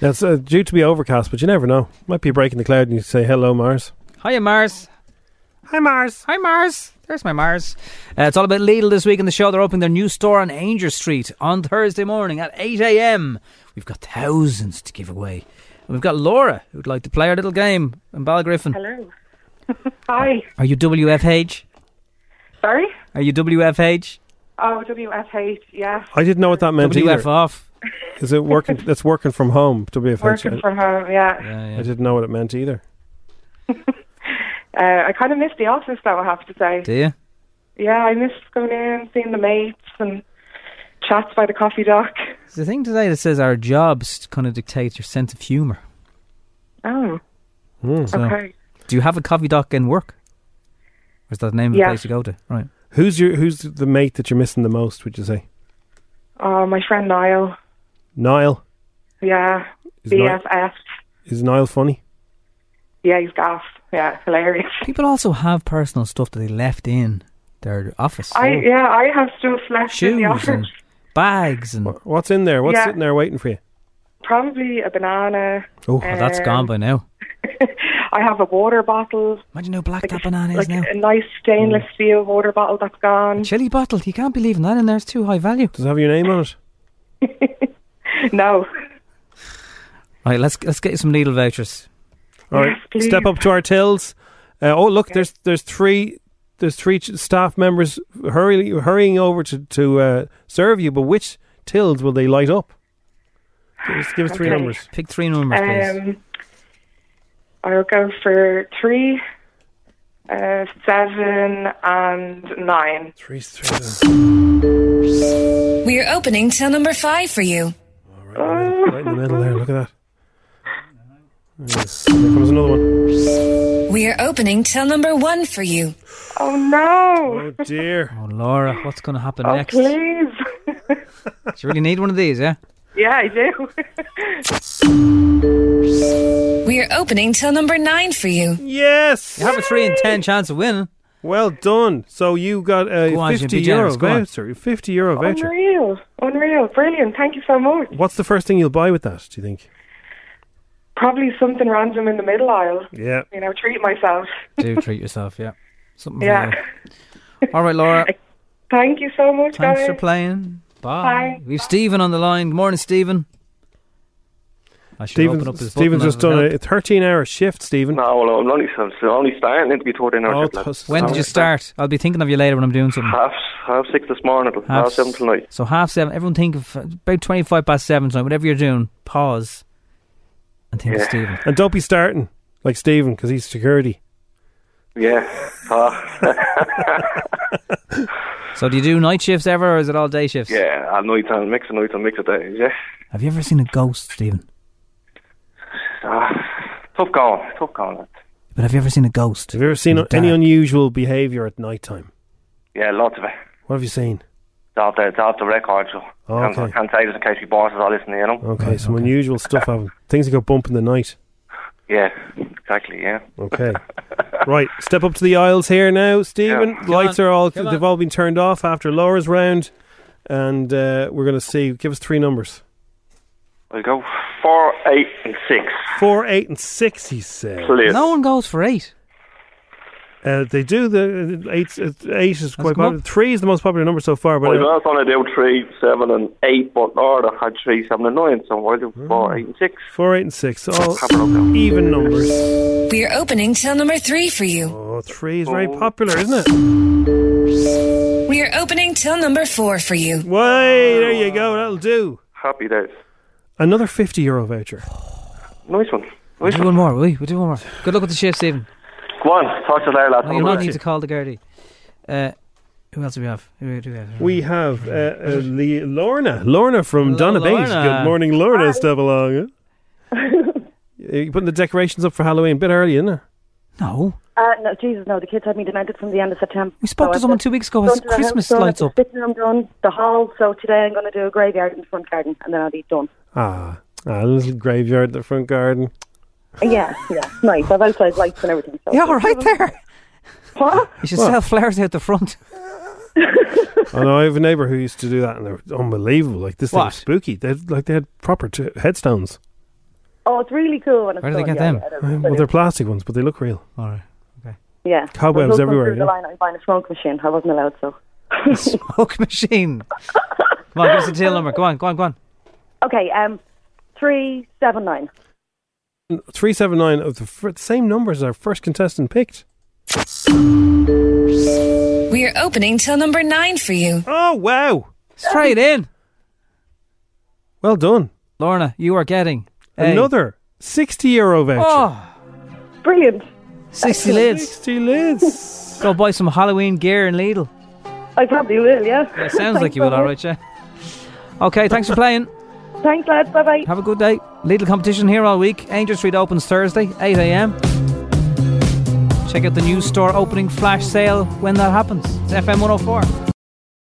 Speaker 4: Now, it's uh, due to be overcast, but you never know. Might be breaking the cloud, and you say hello, Mars.
Speaker 3: Hiya, Mars.
Speaker 4: Hi, Mars.
Speaker 3: Hi, Mars. There's my Mars. Uh, it's all about Lidl this week in the show. They're opening their new store on Ainger Street on Thursday morning at 8 a.m. We've got thousands to give away. And we've got Laura, who'd like to play our little game. And Balgriffin.
Speaker 13: Hello. Hi.
Speaker 3: Are you WFH?
Speaker 13: Sorry?
Speaker 3: Are you WFH?
Speaker 13: Oh, WFH, yeah.
Speaker 4: I didn't know what that meant
Speaker 3: WF
Speaker 4: either.
Speaker 3: off.
Speaker 4: Is it working? That's working from home. WFH.
Speaker 13: Working from home, yeah.
Speaker 4: I didn't know what it meant either.
Speaker 13: Uh, I kind of miss the office, though, I have to say.
Speaker 3: Do you?
Speaker 13: Yeah, I miss going in, seeing the mates and chats by the coffee dock.
Speaker 3: There's a thing today that says our jobs kind of dictate your sense of humour.
Speaker 13: Oh,
Speaker 4: Hmm.
Speaker 3: So,
Speaker 13: okay.
Speaker 3: Do you have a coffee dock in work? Or is that the name of the
Speaker 13: Yeah.
Speaker 3: place you go to? Right.
Speaker 4: Who's your Who's the mate that you're missing the most? Would you say
Speaker 13: Oh, my friend Niall.
Speaker 4: Niall?
Speaker 13: Yeah.
Speaker 4: Is Ni-
Speaker 13: BFF.
Speaker 4: Is Niall funny?
Speaker 13: yeah, he's gaff. Yeah, hilarious.
Speaker 3: People also have personal stuff that they left in their office.
Speaker 13: I Yeah, I have stuff left in the
Speaker 3: Shoes
Speaker 13: office.
Speaker 3: and bags and
Speaker 4: what's in there?
Speaker 13: What's Yeah. sitting
Speaker 4: there waiting for you?
Speaker 13: Probably a banana.
Speaker 3: Oh, that's
Speaker 13: um,
Speaker 3: gone by now.
Speaker 13: I have a water bottle.
Speaker 3: Imagine how black that banana is
Speaker 13: like
Speaker 3: now. Mm.
Speaker 13: A nice stainless steel water bottle that's gone.
Speaker 3: Chili bottle. You can't be leaving that in there. It's too high value.
Speaker 4: Does it have your name on it?
Speaker 13: No.
Speaker 3: Right. Let's let's get you some needle vouchers.
Speaker 4: All right,
Speaker 3: Yes, please.
Speaker 4: step up to our tills. Uh, oh, look, there's there's three there's three ch- staff members hurrying hurrying over to to uh, serve you. But which tills will they light up? Give us, give us three
Speaker 13: Okay.
Speaker 4: numbers.
Speaker 3: Pick three numbers, please.
Speaker 13: Um, I'll go for three, uh, seven, and nine.
Speaker 4: Three,
Speaker 2: We're opening till number five for you.
Speaker 4: Right in the middle there. Look at that. Yes, Here comes another one.
Speaker 2: We're opening till number one for you.
Speaker 13: Oh no!
Speaker 4: Oh dear.
Speaker 3: Oh, Laura, what's going to happen
Speaker 13: Oh,
Speaker 3: next? Do
Speaker 13: please.
Speaker 3: you really need one of these? Yeah.
Speaker 13: yeah, I do.
Speaker 2: We're opening till number nine for you.
Speaker 4: Yes.
Speaker 3: You have a three in ten chance of winning.
Speaker 4: Well done. So you got a
Speaker 3: Go on, Jim,
Speaker 4: fifty
Speaker 3: be
Speaker 4: euro
Speaker 3: generous, go on. Oh
Speaker 4: voucher. Fifty euro voucher.
Speaker 13: Unreal. Unreal. Brilliant. Thank you so much.
Speaker 4: What's the first thing you'll buy with that? Do you think?
Speaker 13: Probably something random in the middle aisle.
Speaker 4: Yeah.
Speaker 13: You know, treat myself.
Speaker 3: Do treat yourself. Yeah. Something. for
Speaker 13: Yeah.
Speaker 3: you. All right, Laura.
Speaker 13: Thank you so much,
Speaker 3: Thanks
Speaker 13: guys.
Speaker 3: for playing. Bye.
Speaker 13: Bye.
Speaker 3: We've Stephen on the line. Good morning, Stephen. I should
Speaker 4: Stephen's,
Speaker 3: open up his
Speaker 4: Stephen's
Speaker 3: button
Speaker 4: just
Speaker 3: and
Speaker 4: done
Speaker 3: help.
Speaker 4: a 13 hour shift, Stephen.
Speaker 9: No, well, I'm only, I'm only starting to be told in
Speaker 4: Oh,
Speaker 9: our
Speaker 4: tus-
Speaker 3: When did you start? I'll be thinking of you later when I'm doing something.
Speaker 9: Half, half six this morning, half, half seven tonight.
Speaker 3: So half seven. Everyone think of uh, about twenty-five past seven tonight. Whatever you're doing, pause and think of Stephen.
Speaker 4: And don't be starting like Stephen because he's security.
Speaker 9: Yeah. Ah.
Speaker 3: So do you do night shifts ever, or is it all day shifts?
Speaker 9: yeah, at night time, mix a night and mix a day, yeah.
Speaker 3: Have you ever seen a ghost, Stephen?
Speaker 9: Ah, tough going, tough going.
Speaker 3: But have you ever seen a ghost?
Speaker 4: Have you ever seen any unusual behaviour at night time?
Speaker 9: Yeah, lots of it.
Speaker 4: What have you seen?
Speaker 9: It's off the, it's off the record, so
Speaker 4: Oh,
Speaker 9: can't,
Speaker 4: okay.
Speaker 9: can't say this in case your bosses are listening, you know?
Speaker 4: Okay, some unusual stuff happened. Things that go bump in the night.
Speaker 9: Yeah, exactly, yeah.
Speaker 4: Okay. right, step up to the aisles here now, Stephen.
Speaker 9: Yeah. Come
Speaker 4: Lights
Speaker 9: on,
Speaker 4: are all,
Speaker 9: come
Speaker 4: they've
Speaker 9: on.
Speaker 4: all been turned off after Laura's round. And uh, we're going to see. Give us three numbers.
Speaker 9: There you go. Four, eight, and six.
Speaker 4: Four, eight, and six. He said.
Speaker 9: Please.
Speaker 3: No one goes for eight.
Speaker 4: Uh, they do the uh, eight. Eight is quite
Speaker 9: come
Speaker 4: popular.
Speaker 9: up.
Speaker 4: Three is the most popular number so far. But
Speaker 9: Well, I
Speaker 4: uh,
Speaker 9: was going to do three, seven, and eight, but Lord, I had three, seven, and nine, so I
Speaker 4: Hmm.
Speaker 9: do four, eight, and six.
Speaker 4: four, eight, and six. All
Speaker 9: Have a look now.
Speaker 4: even numbers.
Speaker 2: We're opening till number three for you.
Speaker 4: Oh, three is very popular, isn't it?
Speaker 2: We're opening till number four for you.
Speaker 4: Wait, there you go. That'll do.
Speaker 9: Happy days.
Speaker 4: Another fifty euro voucher.
Speaker 9: Nice one.
Speaker 3: We'll do one more, will we? We'll do one more. Good luck with the shift, Stephen.
Speaker 9: Go on, talk to you later, lads.
Speaker 3: No,
Speaker 9: Have
Speaker 3: you'll
Speaker 9: a
Speaker 3: not
Speaker 9: good
Speaker 3: need
Speaker 9: day.
Speaker 3: to call the Gardaí. Uh, who else do we have? Who do we have?
Speaker 4: We have uh, uh, Le- Lorna. Lorna from Donna Beach.
Speaker 3: Lorna.
Speaker 4: Good morning, Lorna. Step along. Huh? you putting the decorations up for Halloween a bit early, isn't it?
Speaker 3: No.
Speaker 14: Uh, no, Jesus, no. The kids had me demented from the end of September.
Speaker 3: We spoke
Speaker 14: So
Speaker 13: Oh,
Speaker 3: to
Speaker 14: I've
Speaker 3: someone
Speaker 14: just
Speaker 3: two weeks ago,
Speaker 14: gone
Speaker 3: his
Speaker 14: to the house
Speaker 3: Christmas
Speaker 14: done,
Speaker 3: lights
Speaker 14: the
Speaker 3: up.
Speaker 14: Sitting room done, the hall. So today I'm going to do a graveyard in the front garden, and then I'll be done.
Speaker 4: Ah, ah, a little graveyard in the front garden.
Speaker 14: Uh, Yeah, yeah, nice. I've outside lights and everything. So
Speaker 3: Yeah, all right there.
Speaker 14: What?
Speaker 3: You should
Speaker 4: What?
Speaker 3: sell flowers out the front.
Speaker 4: I know I have a neighbour who used to do that, and they were unbelievable. Like this thing was
Speaker 3: What?
Speaker 4: spooky. They had, like they had proper t- headstones.
Speaker 14: Oh, it's really cool. When it's
Speaker 3: Where do they
Speaker 14: done,
Speaker 3: get
Speaker 14: yeah,
Speaker 3: them?
Speaker 14: yeah, they're
Speaker 4: Um, Well, they're plastic ones, but they look real.
Speaker 3: All right.
Speaker 14: Yeah.
Speaker 4: Cobwebs
Speaker 14: My husband
Speaker 4: everywhere,
Speaker 14: threw
Speaker 4: yeah.
Speaker 14: The line out buying a smoke machine. I wasn't allowed, so.
Speaker 3: Smoke machine. Come on, give us a tail number. Go on, go on, go on.
Speaker 14: Okay, um, three seven nine.
Speaker 4: Three seven nine of the fir- same number as our first contestant picked.
Speaker 2: We're opening till number nine for you.
Speaker 4: Oh, wow.
Speaker 3: Straight in.
Speaker 4: Well done,
Speaker 3: Lorna. You are getting a-
Speaker 4: Another sixty euro voucher.
Speaker 3: Oh,
Speaker 14: Brilliant.
Speaker 3: 60 lids.
Speaker 4: 60 lids.
Speaker 3: Go buy some Halloween gear in Lidl.
Speaker 14: I probably will, yeah.
Speaker 3: Yeah, sounds like
Speaker 14: Thanks
Speaker 3: you will,
Speaker 14: so
Speaker 3: all
Speaker 14: much.
Speaker 3: right, yeah. Okay, thanks for playing.
Speaker 14: Thanks, lads. Bye bye.
Speaker 3: Have a good day. Lidl competition here all week. Angel Street opens Thursday, 8 a.m. oh Check out the new store opening flash sale when that happens. It's FM 104.